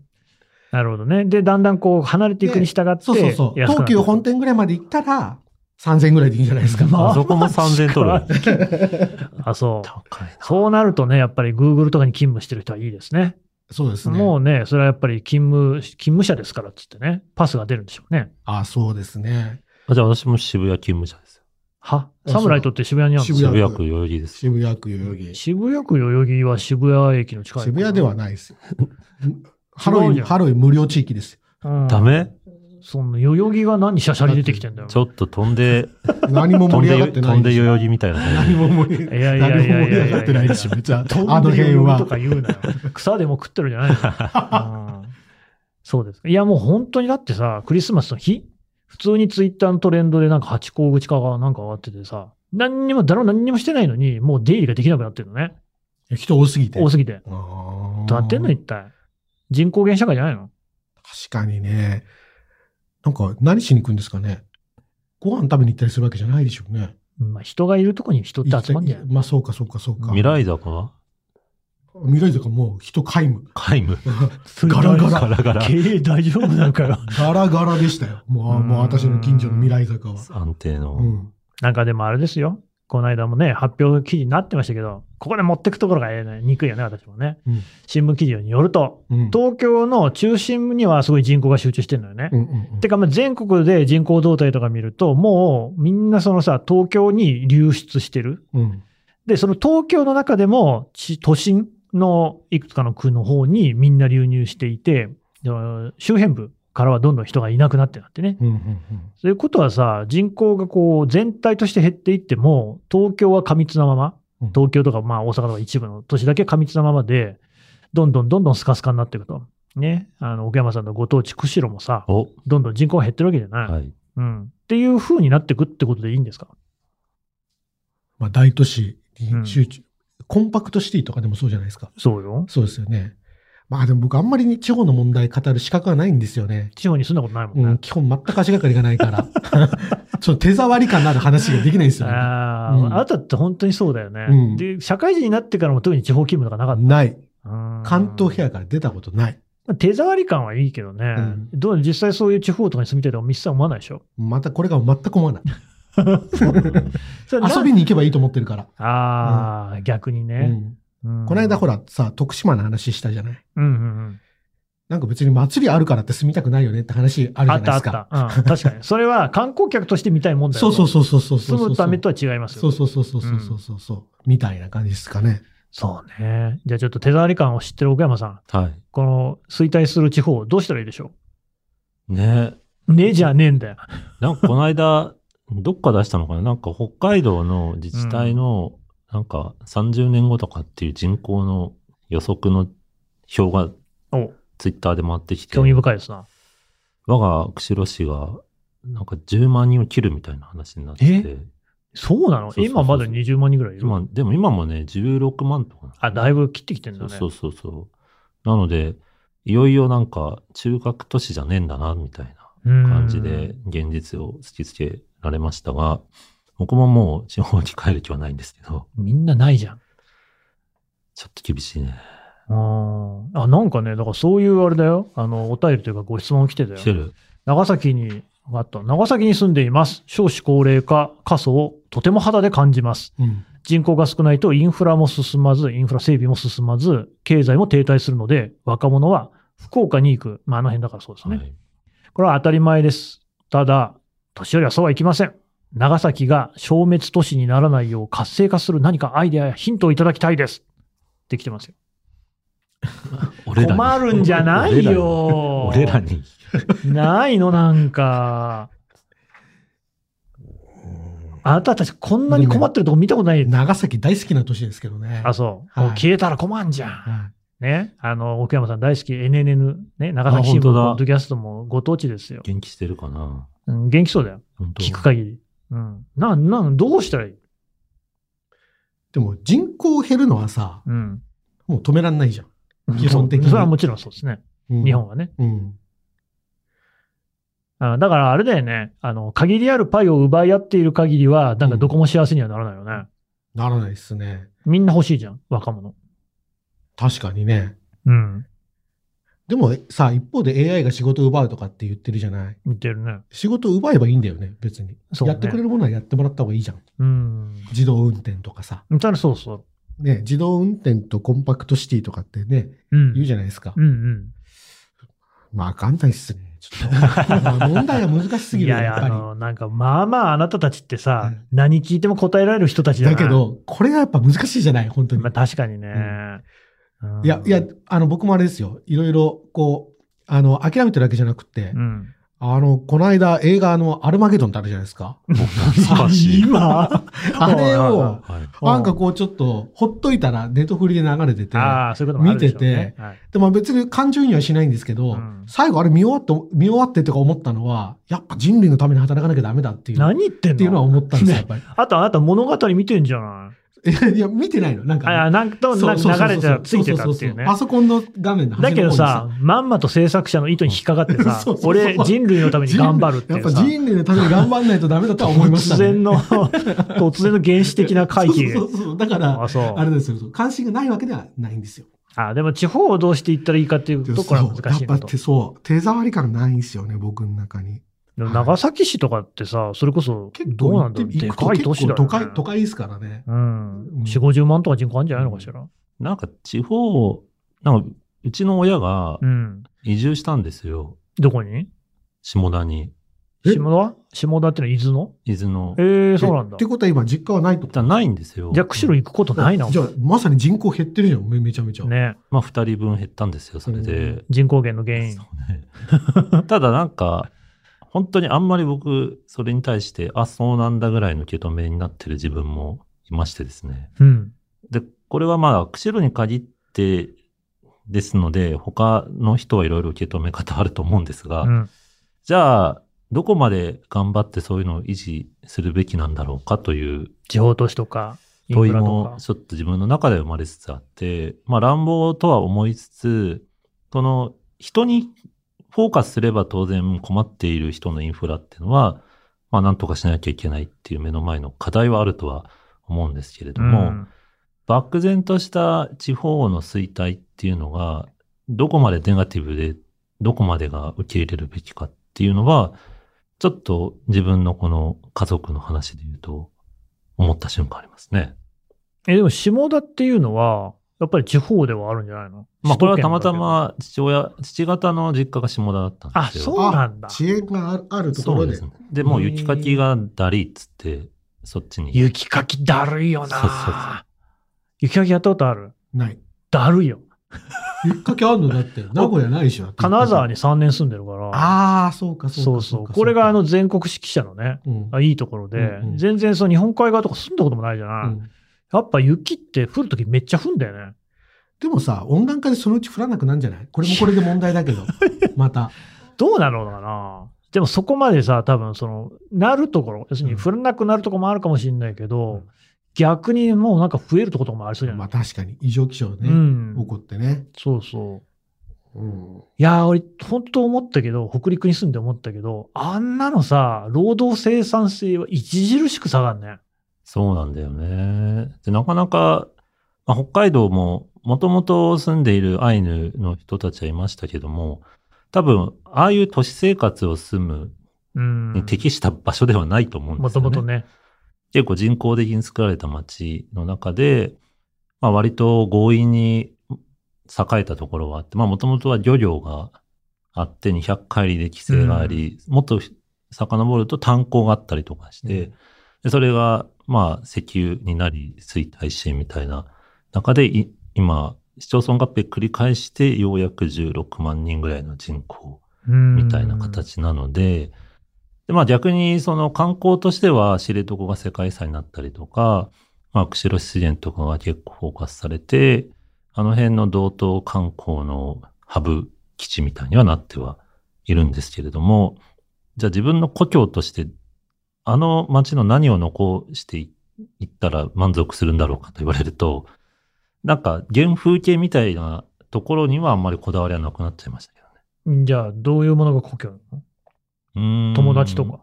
Speaker 2: なるほどね。で、だんだんこう、離れていくに従って、
Speaker 3: そうそうそう。
Speaker 2: 安くなっ
Speaker 3: 東
Speaker 2: て
Speaker 3: 急本店ぐらいまで行ったら、3000円ぐらいでいいんじゃないですか。
Speaker 2: ま
Speaker 4: あそこも3000取る。
Speaker 2: あ、そう。
Speaker 4: 高い
Speaker 2: そうなるとね、やっぱり Google とかに勤務してる人はいいですね。
Speaker 3: そうですね。
Speaker 2: もうね、それはやっぱり勤務、勤務者ですからっつってね、パスが出るんでしょうね。
Speaker 3: あ、そうですね。
Speaker 4: な。じゃあ私も渋谷勤務者ですよ。
Speaker 2: は
Speaker 3: あ
Speaker 2: サムライトって渋谷にあるんです
Speaker 3: 渋
Speaker 2: よ。
Speaker 3: 谷区
Speaker 4: 渋谷区代々木です。
Speaker 3: 渋谷区代々木。
Speaker 2: 渋谷区代々木は渋谷駅の近い。
Speaker 3: 渋谷では
Speaker 2: ね。
Speaker 3: ないですよ。ハロウ
Speaker 2: 違う
Speaker 3: ィ
Speaker 2: じ
Speaker 3: ン、
Speaker 2: ゃん
Speaker 3: ハロウィン無料地域ですよ。
Speaker 2: うん
Speaker 4: ダメ
Speaker 2: その代々木が何シャシャリ出てきてんだよ。
Speaker 4: ちょっと飛んで、
Speaker 3: 何も
Speaker 4: 飛
Speaker 3: 盛
Speaker 4: ん
Speaker 3: り
Speaker 4: で
Speaker 3: 上が
Speaker 4: よ、
Speaker 3: って
Speaker 4: 飛
Speaker 3: ない
Speaker 4: ん
Speaker 3: で
Speaker 4: で
Speaker 3: しょ
Speaker 4: 代々木みたいな感
Speaker 3: 何
Speaker 4: じ。
Speaker 3: も盛り
Speaker 2: いやいやいやい
Speaker 3: 何も
Speaker 2: や
Speaker 3: 盛
Speaker 2: い
Speaker 3: り
Speaker 2: や
Speaker 3: 上がってないでしょ、別に。あ
Speaker 2: 飛んで
Speaker 3: の辺
Speaker 2: 代々木
Speaker 3: は
Speaker 2: と。か言うなよ。草でも食ってるじゃないの。うんそうですか。いやもう本当にだってさ、クリスマスの日、普通にツイッターのトレンドでなんか八甲口かがなんか上がっててさ、何にも、誰も何にもしてないのに、もう出入りができなくなってるのね。
Speaker 3: 人多すぎて。
Speaker 2: 多すぎて。
Speaker 3: あー
Speaker 2: どうなってんの一体。人口減社会じゃないの
Speaker 3: 確かにね。なんか、何しに行くんですかね。ご飯食べに行ったりするわけじゃないでしょうね。
Speaker 2: まあ人がいるとこに人って集まんじゃない
Speaker 3: まあ、そうか、そうか、そうか。
Speaker 4: 未来坂は
Speaker 3: 未来坂もう人皆無。
Speaker 4: 皆無。
Speaker 3: ガラガラ
Speaker 4: ガラガラ。
Speaker 2: 経営大丈夫なんかよ。
Speaker 3: ガラガラでしたよ。もう、
Speaker 2: うん
Speaker 3: もう私の近所の未来坂は。
Speaker 4: 安定の。
Speaker 3: うん。
Speaker 2: [LAUGHS] なんかでもあれですよ。この間もね、発表記事になってましたけど、ここで持ってくところがええね、憎いよね、私もね。
Speaker 3: うん
Speaker 2: 新聞記事によると、
Speaker 3: うん。
Speaker 2: 東京の中心部にはすごい人口が集中してるのよね。
Speaker 3: うんうんうん
Speaker 2: てか、まあ全国で人口動態とか見ると、もうみんなそのさ、東京に流出してる。
Speaker 3: うん。
Speaker 2: で、その東京の中でも、ち都心のいくつかの区の方にみんな流入していて、その周辺部からはどんどん人がいなくなってなってね。
Speaker 3: うんうんうん
Speaker 2: そういうことはさ、人口がこう全体として減っていっても、東京は過密なまま
Speaker 3: うん、
Speaker 2: 東京とかまあ大阪とか一部の都市だけ過密なままで、どんどんどんどんスカスカになっていくと。ね、あの奥山さんのご当地釧路もさ、
Speaker 4: お、
Speaker 2: どんどん人口が減ってるわけじゃない。
Speaker 4: はい。
Speaker 2: うん、っていう風になっていくってことでいいんですか
Speaker 3: まあ、大都市に集中、コンパクトシティとかでもそうじゃないですか。
Speaker 2: そうよ。
Speaker 3: そうですよね。まあでも僕あんまりに地方の問題語る資格がないんですよね。
Speaker 2: 地方に住んだことないもん
Speaker 3: うん、
Speaker 2: ね。
Speaker 3: 基本全く足がかりがないから。 [LAUGHS] その手触り感のある話ができないんですよね。
Speaker 2: ああ、
Speaker 3: うん
Speaker 2: あなたって本当にそうだよね、
Speaker 3: うん
Speaker 2: で、社会人になってからも特に地方勤務とかなかっ
Speaker 3: ない。
Speaker 2: た。うん
Speaker 3: 関東部屋から出たことない。
Speaker 2: 手触り感はいいけどね、
Speaker 3: うん
Speaker 2: どう実際そういう地方とかに住みたいとか、一切思わないでしょ。
Speaker 3: またこれが全
Speaker 2: [LAUGHS]
Speaker 3: く思わない。
Speaker 2: それな
Speaker 3: 遊びに行けばいいと思ってるから。
Speaker 2: ああ、逆に
Speaker 3: う
Speaker 2: ね、
Speaker 3: ん、
Speaker 2: うん
Speaker 3: この間ほ
Speaker 2: ら、
Speaker 3: らさ、徳島の話したじゃない。
Speaker 2: うんうん
Speaker 3: なんか別に祭りあるからって住みたくないよねって話あ
Speaker 2: う
Speaker 3: る
Speaker 2: ん、
Speaker 3: じ
Speaker 2: あっ
Speaker 3: ゃない
Speaker 2: た
Speaker 3: で
Speaker 2: あっ
Speaker 3: すか。
Speaker 2: た、うん、確かに。それは観光客として見たいもんだよ
Speaker 3: そう
Speaker 2: ね
Speaker 3: そうそうそうそうそう。
Speaker 2: 住むためとは違いますよ。
Speaker 3: そうそうそうそうそうそうそうそう、みたいな感じですかね。
Speaker 2: そうね。じゃあちょっと手触り感を知ってる奥山さん、
Speaker 4: はい。
Speaker 2: この衰退する地方、どうしたらいいでしょ
Speaker 4: ね
Speaker 2: うねじゃねえんだよ。
Speaker 4: なんかこの間、どっか出したのかななんか北海道の自治体の、なんか30年後とかっていう人口の予測の表が
Speaker 2: お
Speaker 4: ツイッターで回ってきて
Speaker 2: 興、味深いですな。
Speaker 4: 我が釧路市がなんか10万人を切るみたいな話になってて、
Speaker 2: そうなの
Speaker 4: そうそうそう
Speaker 2: 今まだ20万人ぐらいいる。
Speaker 4: 今、でも今もね、16万とかな
Speaker 2: あ、だいぶ切ってきてるんだ
Speaker 4: そう
Speaker 2: ね。
Speaker 4: そうそうそう。なので、いよいよなんか中核都市じゃねえんだな、みたいな。
Speaker 2: うん
Speaker 4: 感じで。現実を突きつけられましたが、僕ももう地方に帰る気はないんですけど、
Speaker 2: みんなないじゃん。
Speaker 4: ちょっと厳しいね。
Speaker 2: あーあ、なんかね、だからそういうあれだよ。あの、お便りというかご質問来てたよ
Speaker 4: 来。てる。
Speaker 2: 長崎に、あった。長崎に住んでいます。少子高齢化、過疎をとても肌で感じます。
Speaker 3: うん。
Speaker 2: 人口が少ないとインフラも進まず、インフラ整備も進まず、経済も停滞するので、若者は福岡に行く。まあ、あの辺だからそうですね。
Speaker 4: はい
Speaker 2: これは当たり前です。ただ、年寄りはそうはいきません。長崎が消滅都市にならないよう活性化する何かアイデアやヒントをいただきたいです。できてますよ。
Speaker 4: 俺らに
Speaker 2: 困るんじゃないよ。
Speaker 4: 俺らに。
Speaker 2: ないのなんか。あなたたちこんなに困ってるとこ見たことない。
Speaker 3: 長崎大好きな都市ですけどね。
Speaker 2: あ、そう。
Speaker 3: はい
Speaker 2: もう消えたら困んじゃん。
Speaker 3: は
Speaker 2: ね。あの、奥山さん大好き NNN、ね、長崎新聞
Speaker 4: あ本当だ
Speaker 2: ポッドキャストもご当地ですよ。
Speaker 4: 元気してるかな
Speaker 2: うん、元気そうだよ。
Speaker 4: 本当
Speaker 2: 聞く限り。うん。なん、なん、どうしたらいい
Speaker 3: い。でも人口減るのはさ、
Speaker 2: うん。
Speaker 3: もう止めらんないじゃん。基本的に
Speaker 2: それはもちろんそうですね。
Speaker 3: うん
Speaker 2: 日本。はね。
Speaker 3: うん。
Speaker 2: あだからあれだよね。あの、限りあるパイを奪い合っている限りは、なんかどこも幸せにはならないよね。
Speaker 3: ならないですね。
Speaker 2: みんな欲しいじゃん、若者。
Speaker 3: 確かにね。
Speaker 2: うん。
Speaker 3: でもさ、一方で AI が仕事を奪うとかって言ってるじゃない。
Speaker 2: 似てるね。
Speaker 3: 仕事を奪えばいいんだよね、別に。
Speaker 2: そうね
Speaker 3: やってくれるものはやってもらった方がいいじゃん。
Speaker 2: うん。
Speaker 3: 自動運転とかさ。
Speaker 2: ただそうそ
Speaker 3: ね、自動運転とコンパクトシティとかってね、
Speaker 2: う。うん。
Speaker 3: 言うじ
Speaker 2: ゃ
Speaker 3: ゃないですか。
Speaker 2: うんうん。
Speaker 3: まあ、わかんないっすね。ち
Speaker 2: [LAUGHS]
Speaker 3: ょっと。まあ問題は難しすぎ
Speaker 2: い
Speaker 3: るよ、
Speaker 2: やい
Speaker 3: や
Speaker 2: や、
Speaker 3: っ
Speaker 2: あ
Speaker 3: ぱり。
Speaker 2: の、なんか、まあまああなたたちってさ、
Speaker 3: うん
Speaker 2: 何聞いても答えられる人たちじゃな
Speaker 3: だ
Speaker 2: い
Speaker 3: け、ど、これがやっぱ難しいじゃない、本当に
Speaker 2: まあ。確かにね。うん
Speaker 3: いや、いや、あの、僕もあれですよ。いろいろ、こう、あの、諦めてるわけじゃなくて、
Speaker 2: うん。
Speaker 3: あの、この間映画のアルマゲドンってあるじゃないですか。
Speaker 4: 難しい。
Speaker 2: [LAUGHS] 今
Speaker 3: あれを、
Speaker 4: はい。
Speaker 3: なんかこうちょっと、ほっといたらネットフリで流れてて、
Speaker 2: ああ、そういうこともあるでしょうね
Speaker 3: 見て
Speaker 2: はい
Speaker 3: でも別に感情移入はしないんですけど、
Speaker 2: うん
Speaker 3: 最後あれ見終わって、見終わってとか思ったのは、やっぱ人類のために働かなきゃダメだっていう、っ
Speaker 2: 何言ってんの
Speaker 3: ていうのは思ったんですよ、やっ
Speaker 2: ね
Speaker 3: ぱり。
Speaker 2: あとあなた物語見てんじゃない
Speaker 3: いやいや、見てないの。なんかね、
Speaker 2: ああ、なんか、
Speaker 3: そう
Speaker 2: なん
Speaker 3: そうそうそ
Speaker 2: か
Speaker 3: う
Speaker 2: 流れてたらついてたっていう
Speaker 3: そそそ
Speaker 2: ね。
Speaker 3: パソコンの画面の
Speaker 2: だ
Speaker 3: 端
Speaker 2: け
Speaker 3: の
Speaker 2: ど
Speaker 3: 方に
Speaker 2: さ、まんまと制作者の意図に引っかかってさ
Speaker 3: [LAUGHS] そうそう、そう
Speaker 2: 俺人類のために頑張るって
Speaker 3: や
Speaker 2: いう
Speaker 3: っぱ
Speaker 2: さ、
Speaker 3: 人類のために頑張んないとダメだとは思いまし
Speaker 2: 突
Speaker 3: たね。
Speaker 2: 然の、 [LAUGHS] 突然の原始的な回帰。
Speaker 3: そうそうそうそう。だから、
Speaker 2: あ、そう
Speaker 3: あ。れですよ。関心がないわけではないんですよ。
Speaker 2: あ、でも地方をどうしていったらいいかっていうところは難しい
Speaker 3: そうや
Speaker 2: な
Speaker 3: っぱ
Speaker 2: と
Speaker 3: 手。そう、手触り感ないんですよね、僕の中に。
Speaker 2: でも長崎市とかってさ、それこそ、どうなんだろう。
Speaker 3: 行
Speaker 2: で
Speaker 3: くと
Speaker 2: かい
Speaker 3: 結
Speaker 2: 都市だ
Speaker 3: 構
Speaker 2: よ、ね。
Speaker 3: 都会、都会ですからね。
Speaker 2: うん。4、50万とか人口あるんじゃないのかしら。
Speaker 4: なんか地方、なんかうちの親が
Speaker 2: うん。
Speaker 4: 移住したんですよ。
Speaker 2: どこに
Speaker 4: 下田に。
Speaker 3: え
Speaker 2: 下田下田ってのは伊豆の
Speaker 4: 伊豆の。
Speaker 2: ええそうなんだ
Speaker 3: って。ことは今、実家はないと。
Speaker 4: だないんですよ。
Speaker 2: じゃあ、釧路行くことないな、
Speaker 3: じゃあ、まさに人口減ってるじゃん、めめちゃめちゃ。
Speaker 2: ね。
Speaker 4: まあ、二人分減ったんですよ、それ
Speaker 3: う
Speaker 4: で。
Speaker 2: 人口減の原因。
Speaker 4: [LAUGHS] ただなんか、本当にあんまり僕、それに対して、あ、そうなんだぐらいの受け止めになってる自分もいましてですね。
Speaker 2: うん。
Speaker 4: で、これはまあ、釧路に限ってですので、他の人はいろいろ受け止め方あると思うんですが、
Speaker 2: うん。
Speaker 4: じゃあ、どこまで頑張ってそういうのを維持するべきなんだろうかという
Speaker 2: 地方都市とか、イン
Speaker 4: 問い
Speaker 2: フラとか
Speaker 4: も。ちょっと自分の中で生まれつつあって、まあ乱暴とは思いつつ、その人にフォーカスすれば当然困っている人のインフラっていうのは、まあなんとかしなきゃいけないっていう目の前の課題はあるとは思うんですけれども、
Speaker 2: ん
Speaker 4: 漠然とした地方の衰退っていうのが、どこまでネガティブで、どこまでが受け入れるべきかっていうのは、ちょっと自分のこの家族の話で言うと、思った瞬間ありますね。
Speaker 2: え、でも下田っていうのは、やっぱり地方ではあるんじゃないの
Speaker 4: まあこれはたまた。
Speaker 2: 首都圏だ
Speaker 4: ま父親、父方の実家が下田だった
Speaker 2: けどあ、
Speaker 4: んですよ。
Speaker 2: そうなんだ。
Speaker 3: 遅延があるあるとこ
Speaker 4: そう
Speaker 3: ろ
Speaker 4: で。
Speaker 3: です
Speaker 4: ね。で、もう雪かきがだりっつって、そっちに。
Speaker 2: 雪かきだるいよな
Speaker 4: そうそうそう
Speaker 2: 雪かきやったことある
Speaker 3: ない。
Speaker 2: だるいよ。
Speaker 3: ゆっかけあるのだって、名古屋ないでしょ。
Speaker 2: 金沢に
Speaker 3: に。
Speaker 2: 3年住んでるから。
Speaker 3: ああ、そうか、そう
Speaker 2: そ
Speaker 3: か。
Speaker 2: うそう。これがあの、全国指揮者のね、
Speaker 3: うん。
Speaker 2: あいいところで、
Speaker 3: うんうん
Speaker 2: 全然その日本海側とか住んだこともないじゃない。
Speaker 3: うん
Speaker 2: やっぱ雪って降るときめっちゃ降るんだよね。
Speaker 3: でもさ、温暖化でそのうち降らなくなんじゃないこれもこれで問題だけど。また。
Speaker 2: どうなのかなでもそこまでさ、多分その、なるところ、要するに降らなくなるところもあるかもしれないけど、
Speaker 3: うん
Speaker 2: 逆にもうなんか増えるところもありそうじゃな
Speaker 3: まあ
Speaker 2: い、
Speaker 3: 確かに、異常気象
Speaker 2: う
Speaker 3: ね、
Speaker 2: ん。
Speaker 3: 起こってね。
Speaker 2: そうそう。
Speaker 3: うん。
Speaker 2: いやー、俺、本当思ったけど、北陸に住んで思ったけど、あんなのさ、労働生産性は著しく下がるね。
Speaker 4: そうなんだよね。で、なかなか、まあ、北海道も、もともと住んでいるアイヌの人たちはいましたけども、多分、ああいう都市生活を住む
Speaker 2: うん。
Speaker 4: に適した場所ではないと思うんで
Speaker 2: も
Speaker 4: すよ
Speaker 2: と
Speaker 4: ね。
Speaker 2: もとね。
Speaker 4: 結構人工的に作られた町の中で、まあ、割と強引に栄えたところはあって、まあ、もともとは漁業があって、200海里で規制があり、もっと遡ると炭鉱があったりとかし
Speaker 3: う
Speaker 4: て、
Speaker 3: ん
Speaker 4: でそれが、まあ、石油になり、衰退してみたいな中で、い今、市町村合併繰り返して、ようやく16万人ぐらいの人口み
Speaker 2: み
Speaker 4: たいな。形なので、でまあ逆にその観光としては知床が世界遺産になったりとか、まあ釧路湿原とかが結構フォーカスされて、あの辺の道東観光のハブ基地みたいにはなってはいるんですけれども、じゃあ自分の故郷として、あの街の何を残していいったら満足するんだろうかと言われると、なんか原風景みたいなところにはあんまりこだわりはなくなっちゃいましたけどね。
Speaker 2: じゃあ、どういうものが故郷なの
Speaker 4: うーん
Speaker 2: 友達と。か。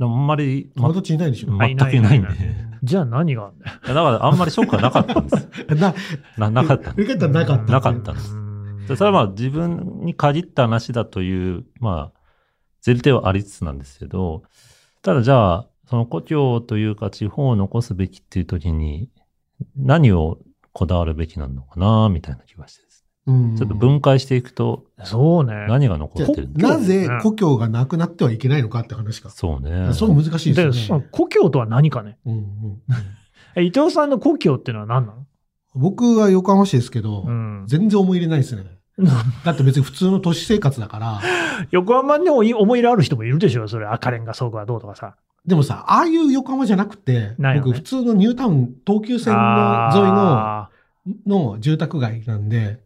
Speaker 4: でもあんまり、ま
Speaker 3: 友達いないでしょ。
Speaker 2: あ
Speaker 4: 全くいないんで。
Speaker 2: いないいじゃあ何があんだよ。
Speaker 4: だからあんまりショックはなかったんです。 [LAUGHS]
Speaker 3: な、
Speaker 4: ななかったんで
Speaker 3: 受けたらなかった。
Speaker 4: なかったんです
Speaker 2: す
Speaker 4: す。それはまあ自分に限った話だという、まあ、前提はありつつなんですけど、ただじゃあ、その故郷というか地方を残すべきっていう時に、何をこだわるべきなのかな、みたいな気がしてです
Speaker 3: うん
Speaker 4: ね。ちょっと分解していくと、
Speaker 2: そうね。
Speaker 4: 何が残
Speaker 3: じゃ
Speaker 4: って
Speaker 3: あ
Speaker 4: るんだ
Speaker 3: なぜ故郷がなくなってはいけないのかって話か。
Speaker 4: そうね。
Speaker 3: そう難しい
Speaker 2: で
Speaker 3: です
Speaker 2: そ
Speaker 3: よ
Speaker 2: の
Speaker 3: ね。
Speaker 2: 故郷とは何かね。
Speaker 3: うんうん
Speaker 2: え伊藤さんの故郷っていうのは何なの
Speaker 3: 僕は横浜市ですけど
Speaker 2: う、ん。 [LAUGHS]
Speaker 3: 全然思い入れないですね。だって別に普通の都市生活だから、
Speaker 2: 横浜にもい思い入れある人もいるでしょ、それ。赤レンガ倉庫はどうとかさ。
Speaker 3: でもさ、ああいう横浜じゃなくて、
Speaker 2: ないよね
Speaker 3: 僕普通のニュータウン、東急線の
Speaker 2: あー
Speaker 3: 沿いの、の住宅街なんで、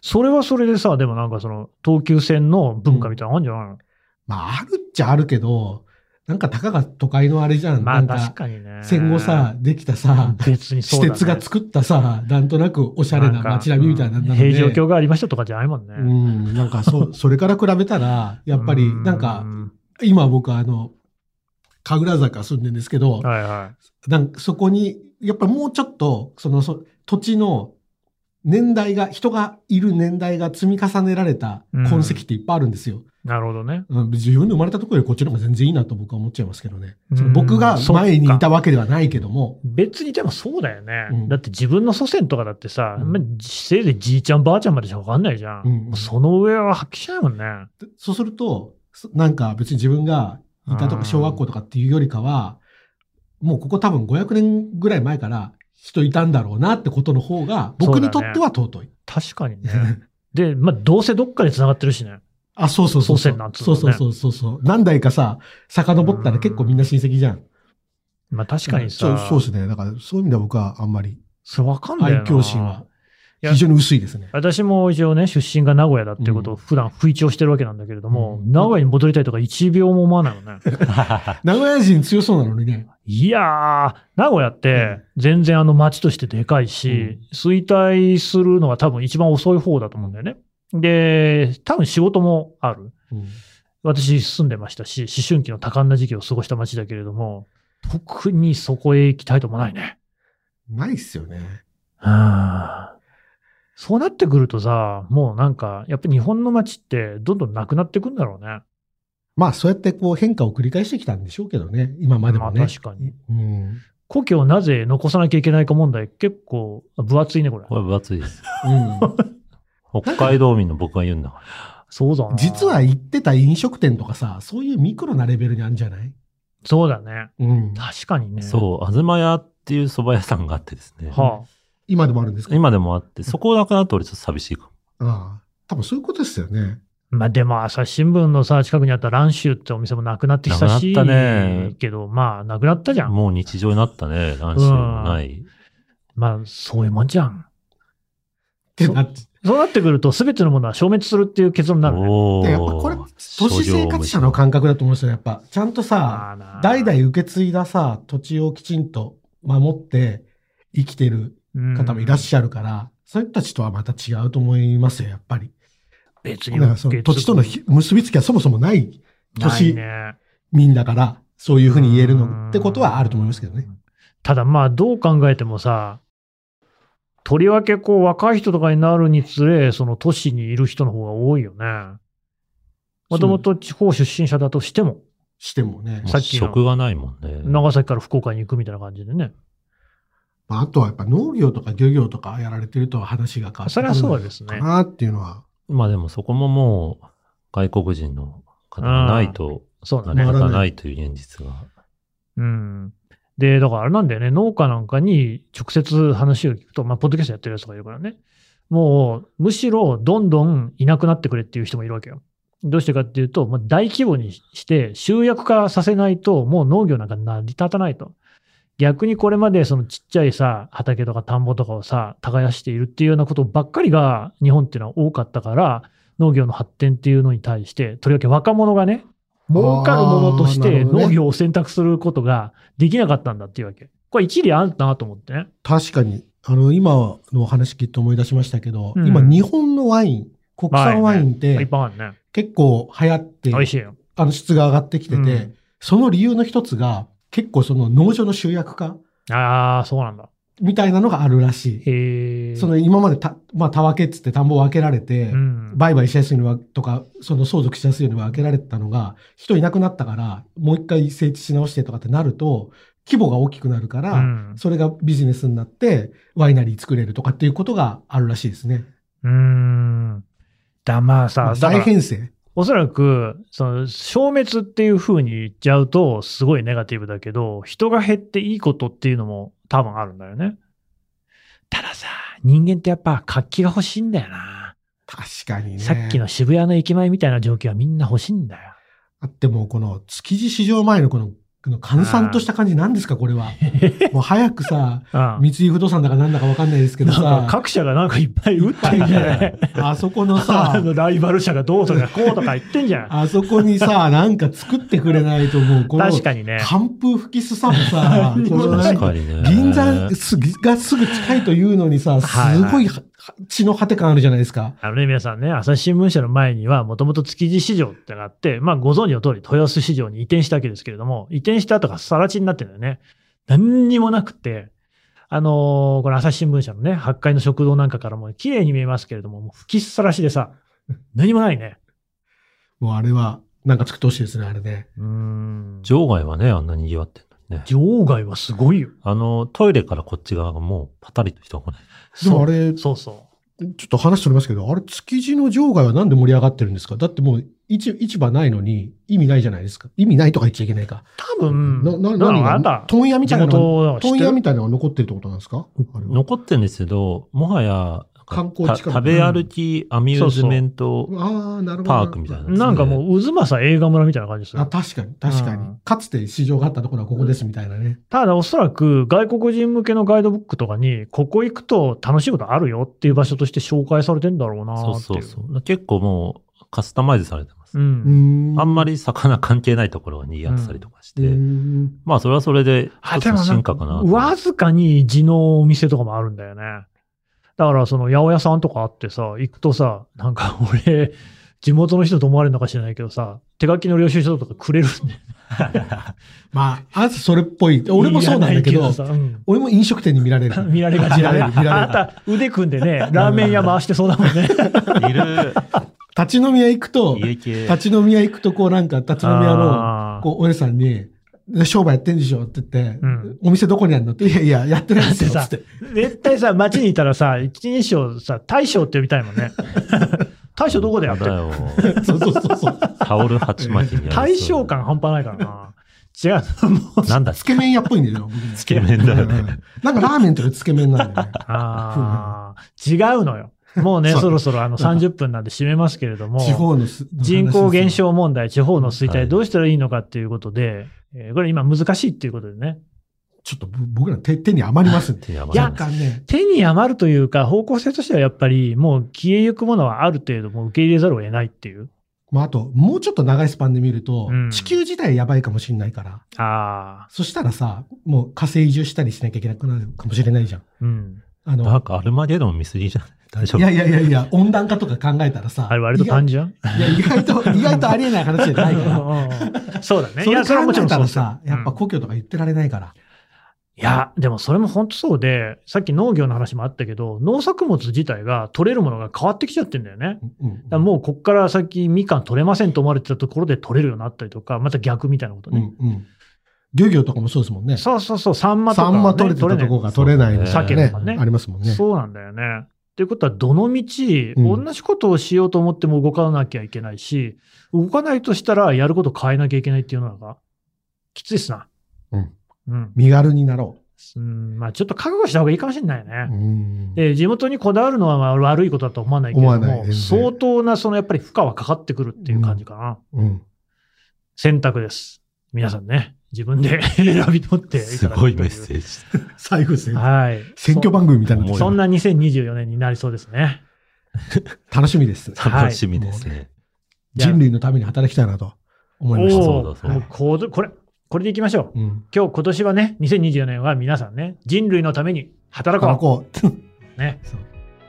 Speaker 2: それはそれでさ、でもなんかその、東急線の文化みたいなのあるんじゃないの、
Speaker 3: まああるっちゃあるけど、なんかたかが都会のあれじゃん。
Speaker 2: ま
Speaker 3: な
Speaker 2: あ
Speaker 3: んか
Speaker 2: 確かにね。
Speaker 3: 戦後さ、、できたさ、
Speaker 2: 別にそう
Speaker 3: 施
Speaker 2: だ、ね。
Speaker 3: 設が作ったさ、なんとなくおしゃれな街並みみたいな
Speaker 2: うん
Speaker 3: なので。
Speaker 2: 平城京がありましたとかじゃないもんね。
Speaker 3: うん、なんかそう、それから比べたら、やっぱり、なん
Speaker 2: [LAUGHS] う
Speaker 3: か、
Speaker 2: ん
Speaker 3: 今僕あの、神楽坂住んでるんですけど、
Speaker 2: はいは
Speaker 3: なんかそこに、やっぱりもうちょっと、その、そ土地の年代が、人がいる年代が積み重ねられた痕跡っていっぱいあるんですよ。
Speaker 2: い。なるほどね。
Speaker 3: うん自分の生まれたところよりこっちの方が全然いいなと僕は思っちゃいますけどね。
Speaker 2: うん
Speaker 3: その僕が前にいたわけではないけども、
Speaker 2: 別にでもそうだよね。
Speaker 3: うん
Speaker 2: だって自分の祖先とかだってさ、
Speaker 3: うん
Speaker 2: まあせいぜいじいちゃんばあちゃんまでしかわかんないじゃん。
Speaker 3: うん
Speaker 2: もうその上は発揮しないもんね。
Speaker 3: そうすると、そなんか別に自分がいたと
Speaker 2: うん
Speaker 3: か小学校とかっていうよりかは、もうここ多分500年ぐらい前から人いたんだろうなってことの方が、僕にとっては尊い。
Speaker 2: 確かにね。
Speaker 3: [LAUGHS]
Speaker 2: で、まあどうせどっかで繋がってるしね。
Speaker 3: あ、そうそうそう
Speaker 2: 祖
Speaker 3: そう。
Speaker 2: 先なんつう
Speaker 3: そ
Speaker 2: の
Speaker 3: う
Speaker 2: ね
Speaker 3: そうそうそうそう。何代かさ、遡ったら結構みんな親戚じゃん。
Speaker 2: まあ確かに
Speaker 3: う
Speaker 2: さ
Speaker 3: ん、そうそうですね。だからそういう意味では僕はあんまり
Speaker 2: それわかんない
Speaker 3: 愛
Speaker 2: よな
Speaker 3: 嬌心はい
Speaker 2: や
Speaker 3: 非常に薄いですね。
Speaker 2: 私も一応ね、出身が名古屋だっていうことを普段吹聴してるわけなんだけれども、
Speaker 3: うん
Speaker 2: 名古屋に戻りたいとか1秒も思わないのね。
Speaker 3: 名古屋人強そうなのにね。
Speaker 2: いやー、名古屋って全然あの街としてでかいし、
Speaker 3: うん
Speaker 2: 衰退するのは多分一番遅い方だと思うんだよね。で、多分仕事もある。私住んでましたし、思春期の多感な時期を過ごした街だけれども、特にそこへ行きたいともないね。
Speaker 3: ないっすよね。
Speaker 2: うんそうなってくるとさ、もうなんか、やっぱり日本の街ってどんどんなくなってくんだろうね。
Speaker 3: まあそうやってこう変化を繰り返してきたんでしょうけどね。今までもね。
Speaker 2: まあ確かに。
Speaker 3: うん。
Speaker 2: 故郷をなぜ残さなきゃいけないか問題、結構分厚いね、これ。
Speaker 4: [LAUGHS] これ分厚いです。
Speaker 2: [LAUGHS]
Speaker 3: う
Speaker 4: 北海道民の僕が言うんだから。
Speaker 2: そうだな。
Speaker 3: ん、実は行ってた飲食店とかさ、そういうミクロなレベルにあるんじゃない
Speaker 2: そうだね。
Speaker 3: うん。
Speaker 2: 確かにね。
Speaker 4: そう、東屋っていう蕎麦屋さんがあってですね。
Speaker 2: は
Speaker 3: 今でもあるんですか
Speaker 4: 今でもあって、そこなくなると俺ちょっと寂しいかも。
Speaker 3: ああ。多分そういうことですよね。
Speaker 2: あ。まあでも、朝日新聞のさ、近くにあった蘭州ってお店もなくなって久しい
Speaker 4: なくなったね
Speaker 2: けど、まあ、なくなったじゃん。
Speaker 4: もう日常になったね。何種類もない。
Speaker 2: まあ、そういうもんじゃん。
Speaker 3: ってなっち
Speaker 2: そうなってくると、すべてのものは消滅するっていう結論になるね。
Speaker 4: お
Speaker 3: でやっぱこれ、都市生活者の
Speaker 4: 感
Speaker 3: 感覚だと思うんですよ、やっぱ。ちゃんとさ、代々受け継いださ、土地をきちんと守って生きてる
Speaker 2: 々
Speaker 3: 方もいら
Speaker 2: ゃ
Speaker 3: っしゃるから、そういう人たちとはまた違うと思いますよ、やっぱり。
Speaker 2: る。別
Speaker 3: だ
Speaker 2: に
Speaker 3: からその土地とのひ結びつきはそもそもない都市
Speaker 2: ね、
Speaker 3: 民だから、そういうふうに言えるのってことはあると思いますけどね。。
Speaker 2: ただまあ、どう考えてもさ、とりわけこう、若い人とかになるにつれ、その都市にいる人の方が多いよね。もともと地方出身者だとしても、
Speaker 3: してもね。
Speaker 2: さっきの
Speaker 4: 食がないもんね。
Speaker 2: 長崎から福岡に行くみたいな感じでね。
Speaker 3: まあ、あとはやっぱ農業とか漁業とかやられてると話が変わって
Speaker 2: そ
Speaker 3: く
Speaker 2: れは
Speaker 3: る
Speaker 2: そうですね
Speaker 3: か。なっていうのは、
Speaker 4: まあでもそこももう、外国人の方がないと、
Speaker 2: そうだね
Speaker 4: 成り
Speaker 3: まあ。
Speaker 4: 立たないという現実が。
Speaker 2: うん。で、だからあれなんだよね、農家なんかに直接話を聞くと、まあ、ポッドキャストやってるやつとかいるからね、もう、むしろどんどんいなくなってくれっていう人もいるわけよ。どうしてかっていうと、まあ、大規模にして集約化させないと、もう農業なんか成り立たないと。逆にこれまでそのちっちゃいさ、畑とか田んぼとかをさ、耕しているっていうようなことばっかりが日本っていうのは多かったから、農業の発展っていうのに対して、とりわけ若者がね、儲かるものとし
Speaker 3: あーな
Speaker 2: て
Speaker 3: るほどね
Speaker 2: 農業を選択することができなかったんだっていうわけ。これ一理あるなと思ってね。
Speaker 3: 確かに、あの、今のお話聞いて思い出しましたけど、
Speaker 2: うん
Speaker 3: 今日本のワイン、国産ワインっ
Speaker 2: いってぱいあるね。
Speaker 3: 結構流行って、
Speaker 2: 美味しいよ。
Speaker 3: あの質が上がってきてて、
Speaker 2: うん
Speaker 3: その理由の一つが、結構その農場の集約化
Speaker 2: ああ、そうなんだ。
Speaker 3: みたいなのがあるらし
Speaker 2: へえ。
Speaker 3: い。その今までた、まあ、田分けっつって田んぼを分けられて、
Speaker 2: うん、
Speaker 3: 売買しやすいのはとか、その相続しやすいのは分けられてたのが、人いなくなったから、もう一回整地し直してとかってなると、規模が大きくなるから、
Speaker 2: うん
Speaker 3: それがビジネスになって、ワイナリー作れるとかっていうことがあるらしいですね。
Speaker 2: うーん。だ、まあ
Speaker 3: ま
Speaker 2: さ
Speaker 3: あ、
Speaker 2: だか
Speaker 3: 大
Speaker 2: ら、
Speaker 3: 編成。
Speaker 2: おそらく、その、消滅っていう風に言っちゃうと、すごいネガティブだけど、人が減っていいことっていうのも多分あるんだよね。たださ、人間ってやっぱ活気が欲しいんだよな。
Speaker 3: 確かにね。
Speaker 2: さっきの。渋谷の駅前みたいな状況はみんな欲しいんだよ。
Speaker 3: あっても、この築地市場前のこの、この閑散とした感じなんですか、これは。もう早く
Speaker 2: [LAUGHS]
Speaker 3: さ、
Speaker 2: うん。
Speaker 3: 三井不動産だかなんだかわかんないです
Speaker 2: [LAUGHS]
Speaker 3: けど
Speaker 2: なんか
Speaker 3: さ、
Speaker 2: 各社がなんかいっぱい打ってんじゃない
Speaker 3: [LAUGHS] あそこのさ
Speaker 2: [LAUGHS] あ、のライバル社がどうとかこうとか言ってんじゃん。
Speaker 3: あそこにさ、なんか作ってくれないともう、この、
Speaker 2: 確かにね。
Speaker 3: 寒風吹きすさも
Speaker 2: [LAUGHS]
Speaker 3: さ、このなん
Speaker 4: 確
Speaker 3: か
Speaker 4: かにね。
Speaker 3: 銀座すがすぐ近いというのにさ、す
Speaker 2: はいは
Speaker 3: ご
Speaker 2: い
Speaker 3: いは血の果て感あるじゃないですか。
Speaker 2: あのね、皆さんね、朝日新聞社の前には、もともと築地市場ってのがあって、まあご存知の通り、豊洲市場に移転したわけですけれども、移転した後が更地になってるんだよね。何にもなくて、あのーこの朝日新聞社のね、8階の食堂なんかからも綺麗に見えますけれども、もう吹きっさらしでさ、何もないね。
Speaker 3: もうあれは、なんか作ってほしいですね、あれね。
Speaker 2: うーん。
Speaker 4: 場外はね、あんなに賑わってんのにね。
Speaker 2: 場外はすごいよ。
Speaker 4: あの、トイレからこっち側がもうパタリと人が来ない。
Speaker 3: でもあ
Speaker 2: れ
Speaker 3: れ、ちょ
Speaker 2: そうそ
Speaker 3: っと話しておりますけど、あれ、築地の場外はなんで盛り上がってるんですかだってもう市、市場ないのに意味ないじゃないですか。意味ないとか言っちゃいけないか。
Speaker 2: う。多分、
Speaker 3: な、な、
Speaker 2: だからあ
Speaker 3: 何
Speaker 2: ん
Speaker 3: が
Speaker 2: た、
Speaker 3: 問屋みたいなのが、
Speaker 2: 元だから知っ
Speaker 3: 問
Speaker 2: て
Speaker 3: 屋
Speaker 2: る
Speaker 3: みたいなのが残ってるってことなんですかあれは
Speaker 4: 残ってんですけど、もはや、
Speaker 3: 観光地
Speaker 4: た
Speaker 3: か
Speaker 4: 食べ歩き、アミューズメント、
Speaker 3: ああ、なるほど。
Speaker 4: パークみたいな。
Speaker 2: なんかもう、渦政映画村みたいな感じでする
Speaker 3: あ、確かに、確かに
Speaker 2: うん。
Speaker 3: かつて市場があったところはここですみたいなね。
Speaker 2: ただおそらく外国人向けのガイドブックとかに、ここ行くと楽しいことあるよっていう場所として紹介されてんだろうな
Speaker 4: そう
Speaker 2: ってい。
Speaker 4: そううそう。結構もう、カスタマイズされてます。
Speaker 2: ん。
Speaker 3: う
Speaker 4: あんまり魚関係ないところが賑わってたりとかして、
Speaker 3: うん
Speaker 4: まあそれはそれで
Speaker 2: あ、
Speaker 4: 一つ
Speaker 2: で
Speaker 4: の
Speaker 2: もな
Speaker 4: 進
Speaker 2: んか
Speaker 4: 化かなと。
Speaker 2: わずかに地のお店とかもあるんだよね。だからその八百屋さんとかあってさ、行くとさ、なんか俺、地元の人と思われるのか知らないけどさ、手書きの領収書とかくれるんで。
Speaker 3: まあ、あずそれっぽい。 [LAUGHS] 俺もそうなんだけ
Speaker 2: いら
Speaker 3: ど
Speaker 2: な、いさ
Speaker 3: 俺も飲食店に見られる。
Speaker 2: うん見られがちだね。
Speaker 3: 見られる見ら
Speaker 2: [LAUGHS]
Speaker 3: れ
Speaker 2: あん
Speaker 3: る
Speaker 2: た腕組んでね、ラーメン屋回してそうだもんね。
Speaker 4: いる、
Speaker 3: 立ち飲み屋行くと、
Speaker 4: 家系。
Speaker 3: 立ち飲み屋行くと、こうなんか、立ち飲み屋の、
Speaker 2: あー
Speaker 3: こう、おやさんに、商売やってんでしょって言って、
Speaker 2: うん
Speaker 3: お店どこにあるのって、いやいや、やってないんですよ。
Speaker 2: だ
Speaker 3: つ
Speaker 2: って
Speaker 3: って。
Speaker 2: 絶対さ、街にいたらさ、一人称さ、大将って呼びたいもん
Speaker 3: [LAUGHS]
Speaker 2: ね。大将どこでやって
Speaker 4: だ
Speaker 2: る
Speaker 4: よ。
Speaker 3: そうそうそうそう。
Speaker 2: [LAUGHS]
Speaker 4: タオル鉢巻きにありそう
Speaker 2: 大将感半端ないからな。違う。もう
Speaker 4: なんだっ
Speaker 3: つ
Speaker 4: け
Speaker 3: け麺屋っぽいんだよね。僕ね
Speaker 4: つけ麺だよ
Speaker 3: うんう
Speaker 4: ね。
Speaker 3: んなんかラーメンとかつけ麺なんだよね。
Speaker 2: あー違うのよ。もうね、
Speaker 3: そう
Speaker 2: そろそろあの30分なんで締めますけれども、
Speaker 3: 地方のす
Speaker 2: 人口減。
Speaker 3: の話ですよ
Speaker 2: 少問題、地方の衰
Speaker 4: は
Speaker 2: 退
Speaker 4: い
Speaker 2: どうしたらいいのかっていうことで、えーこれ今難しいっていうことでね。
Speaker 3: ちょっとぼ僕ら手手に余りますんで。
Speaker 4: 手に余
Speaker 3: な
Speaker 4: ら
Speaker 3: ん
Speaker 4: ない
Speaker 3: かね、
Speaker 2: 手に余るというか、方向性としてはやっぱりもう消えゆくものはある程度もう受け入れざるを得ないっていう。
Speaker 3: まあ、あと、もうちょっと長いスパンで見ると、
Speaker 2: うん
Speaker 3: 地球自体やばいかもしれないから、
Speaker 2: ああ、
Speaker 3: そしたらさ、もう火星移住したりしなきゃいけなくなるかもしれないじゃん。
Speaker 2: うん。
Speaker 3: あ
Speaker 4: なん
Speaker 3: の、
Speaker 4: かアルマゲドン見すぎじゃない大丈
Speaker 3: い
Speaker 4: 夫
Speaker 3: やいやいやいや、温暖化とか考えたらさ、
Speaker 2: あれ割と
Speaker 3: 意外
Speaker 2: 単純
Speaker 3: いや、意
Speaker 2: [LAUGHS]
Speaker 3: 外と、意外とありえない話じゃないから。
Speaker 2: うんそうだね。い
Speaker 3: それ
Speaker 2: や、それはも
Speaker 3: 考
Speaker 2: ちろ
Speaker 3: え
Speaker 2: んそ
Speaker 3: た
Speaker 2: う
Speaker 3: ら
Speaker 2: ですよ
Speaker 3: さ、やっぱ
Speaker 2: うん
Speaker 3: 故郷とか言ってられないから。
Speaker 2: いや、でもそれも本当そうで、さっき農業の話もあったけど、農作物自体が取れるものが変わってきちゃってんだよね。
Speaker 3: うんうん
Speaker 2: だからもうこっから先みかん取れませんと思われてたところで取れるようになったりとか、また逆みたいなこと
Speaker 3: うん
Speaker 2: ね。
Speaker 3: うん漁業とかもそうですもんね。
Speaker 2: そうそうそう、サンマとか、
Speaker 3: サ
Speaker 2: ね。
Speaker 3: ンマ取れてた
Speaker 2: 取れな
Speaker 3: と
Speaker 2: い
Speaker 3: こが取れないみたいな
Speaker 2: そう鮭とかね
Speaker 3: ありますもんね。
Speaker 2: そうなんだよね。っていうことは、どの道、
Speaker 3: うん
Speaker 2: 同じことをしようと思っても動かなきゃいけないし、動かないとしたらやること変えなきゃいけないっていうのが、きついっすな。
Speaker 3: うん。
Speaker 2: うん。
Speaker 3: 身軽になろ
Speaker 2: うん、まあちょっと覚悟した方がいいかもしれないね。
Speaker 3: う。うん
Speaker 2: で地元にこだわるのはまあ悪いことだとは思わないけれ
Speaker 3: 思わ
Speaker 2: ど
Speaker 3: ない
Speaker 2: も、
Speaker 3: 全然
Speaker 2: 相当なそのやっぱり負荷はかかってくるっていう感じかな。
Speaker 3: うん
Speaker 2: 選択です。皆さんね、自分で [LAUGHS] 選び取ってい
Speaker 4: す
Speaker 2: ただく
Speaker 4: ごいメッセ
Speaker 2: ー
Speaker 4: ージ。
Speaker 3: 最後ですね。
Speaker 2: [LAUGHS] はい。
Speaker 3: 選挙番組みたいなの
Speaker 4: も
Speaker 2: そ
Speaker 4: うん
Speaker 2: そんな2024年になりそうですね。
Speaker 3: 楽しみです。
Speaker 2: はい
Speaker 4: 楽しみですね。
Speaker 2: いや
Speaker 3: 人類のために働きたいなと思いまし
Speaker 4: お
Speaker 3: た。
Speaker 4: そうだそうだ
Speaker 2: もうこうこれ、これでいきましょう。
Speaker 3: うん。
Speaker 2: 今日、今年はね、2024年は皆さんね、人類のために働
Speaker 3: 働
Speaker 2: こ
Speaker 3: こう。 [LAUGHS]
Speaker 2: う。ね
Speaker 3: そう。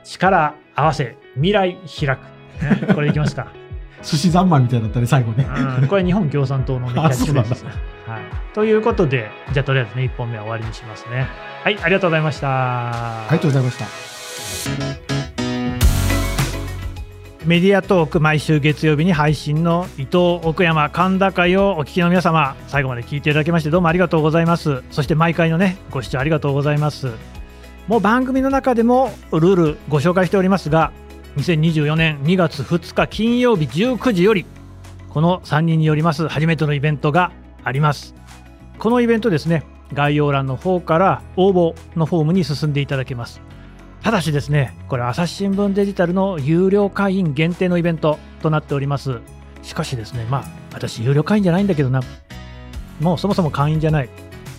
Speaker 2: 力合わせ、未来開く。ね、これでいきますか。
Speaker 3: 寿司三昧みたいだったね、最後ね。
Speaker 2: うんこれ日本共産党のねキャッチフレーズですね
Speaker 3: [LAUGHS] あ。
Speaker 2: はい、ということで、じゃあとりあえずね、1本目は終わりにしますね。はい、ありがとうございました。
Speaker 3: ありがとうございました。
Speaker 2: メディアトーク毎週月曜日に配信の伊藤奥山神田会をお聞きの皆様最後まで聞いていただきましてどうもありがとうございますそして毎回のねご視聴ありがとうございますもう番組の中でもルールご紹介しておりますが2024年2月2日金曜日19時よりこの3人によります初めてのイベントがありますこのイベントですね概要欄の方から応募のフォームに進んでいただけますただしですね、これ、朝日新聞デジタルの有料会員限定のイベントとなっております。しかしですね、まあ、私、有料会員じゃないんだけどな、もうそもそも会員じゃない、い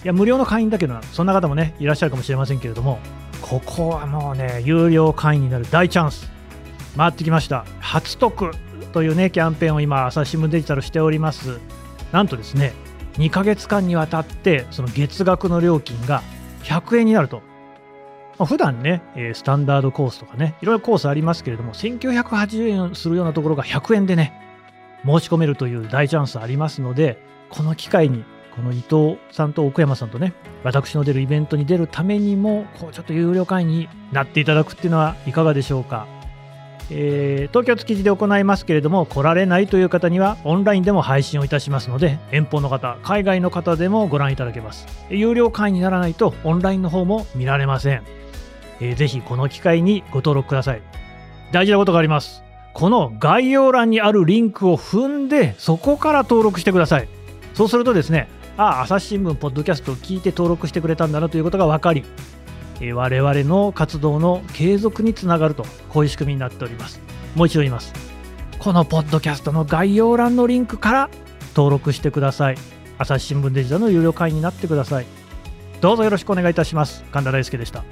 Speaker 2: や、無料の会員だけどな、そんな方もね、いらっしゃるかもしれませんけれども、ここはもうね、有料会員になる大チャンス、回ってきました、初得というね、キャンペーンを今、朝日新聞デジタルしております。なんとですね、2ヶ月間にわたって、その月額の料金が100円になると。まあ、普段ね、えースタンダードコースとかね、いろいろコースありますけれども、1980円するようなところが100円でね、申し込めるという大チャンスありますので、この機会に、この伊藤さんと奥山さんとね、私の出るイベントに出るためにも、こうちょっと有料会員になっていただくっていうのはいかがでしょうか。えー東京築地で行いますけれども来られないという方にはオンラインでも配信をいたしますので遠方の方海外の方でもご覧いただけます有料会員にならないとオンラインの方も見られませんえーぜひこの機会にご登録ください。大事なことがあります。この概要欄にあるリンクを踏んで、そこから登録してください。そうするとですね、ああ、朝日新聞、ポッドキャストを聞いて登録してくれたんだなということが分かり、えー我々の活動の継続につながると、こういう仕組みになっております。もう一度言います。このポッドキャストの概要欄のリンクから登録してください。朝日新聞デジタルの有料会員になってください。どうぞよろしくお願いいたします。神田大輔でした。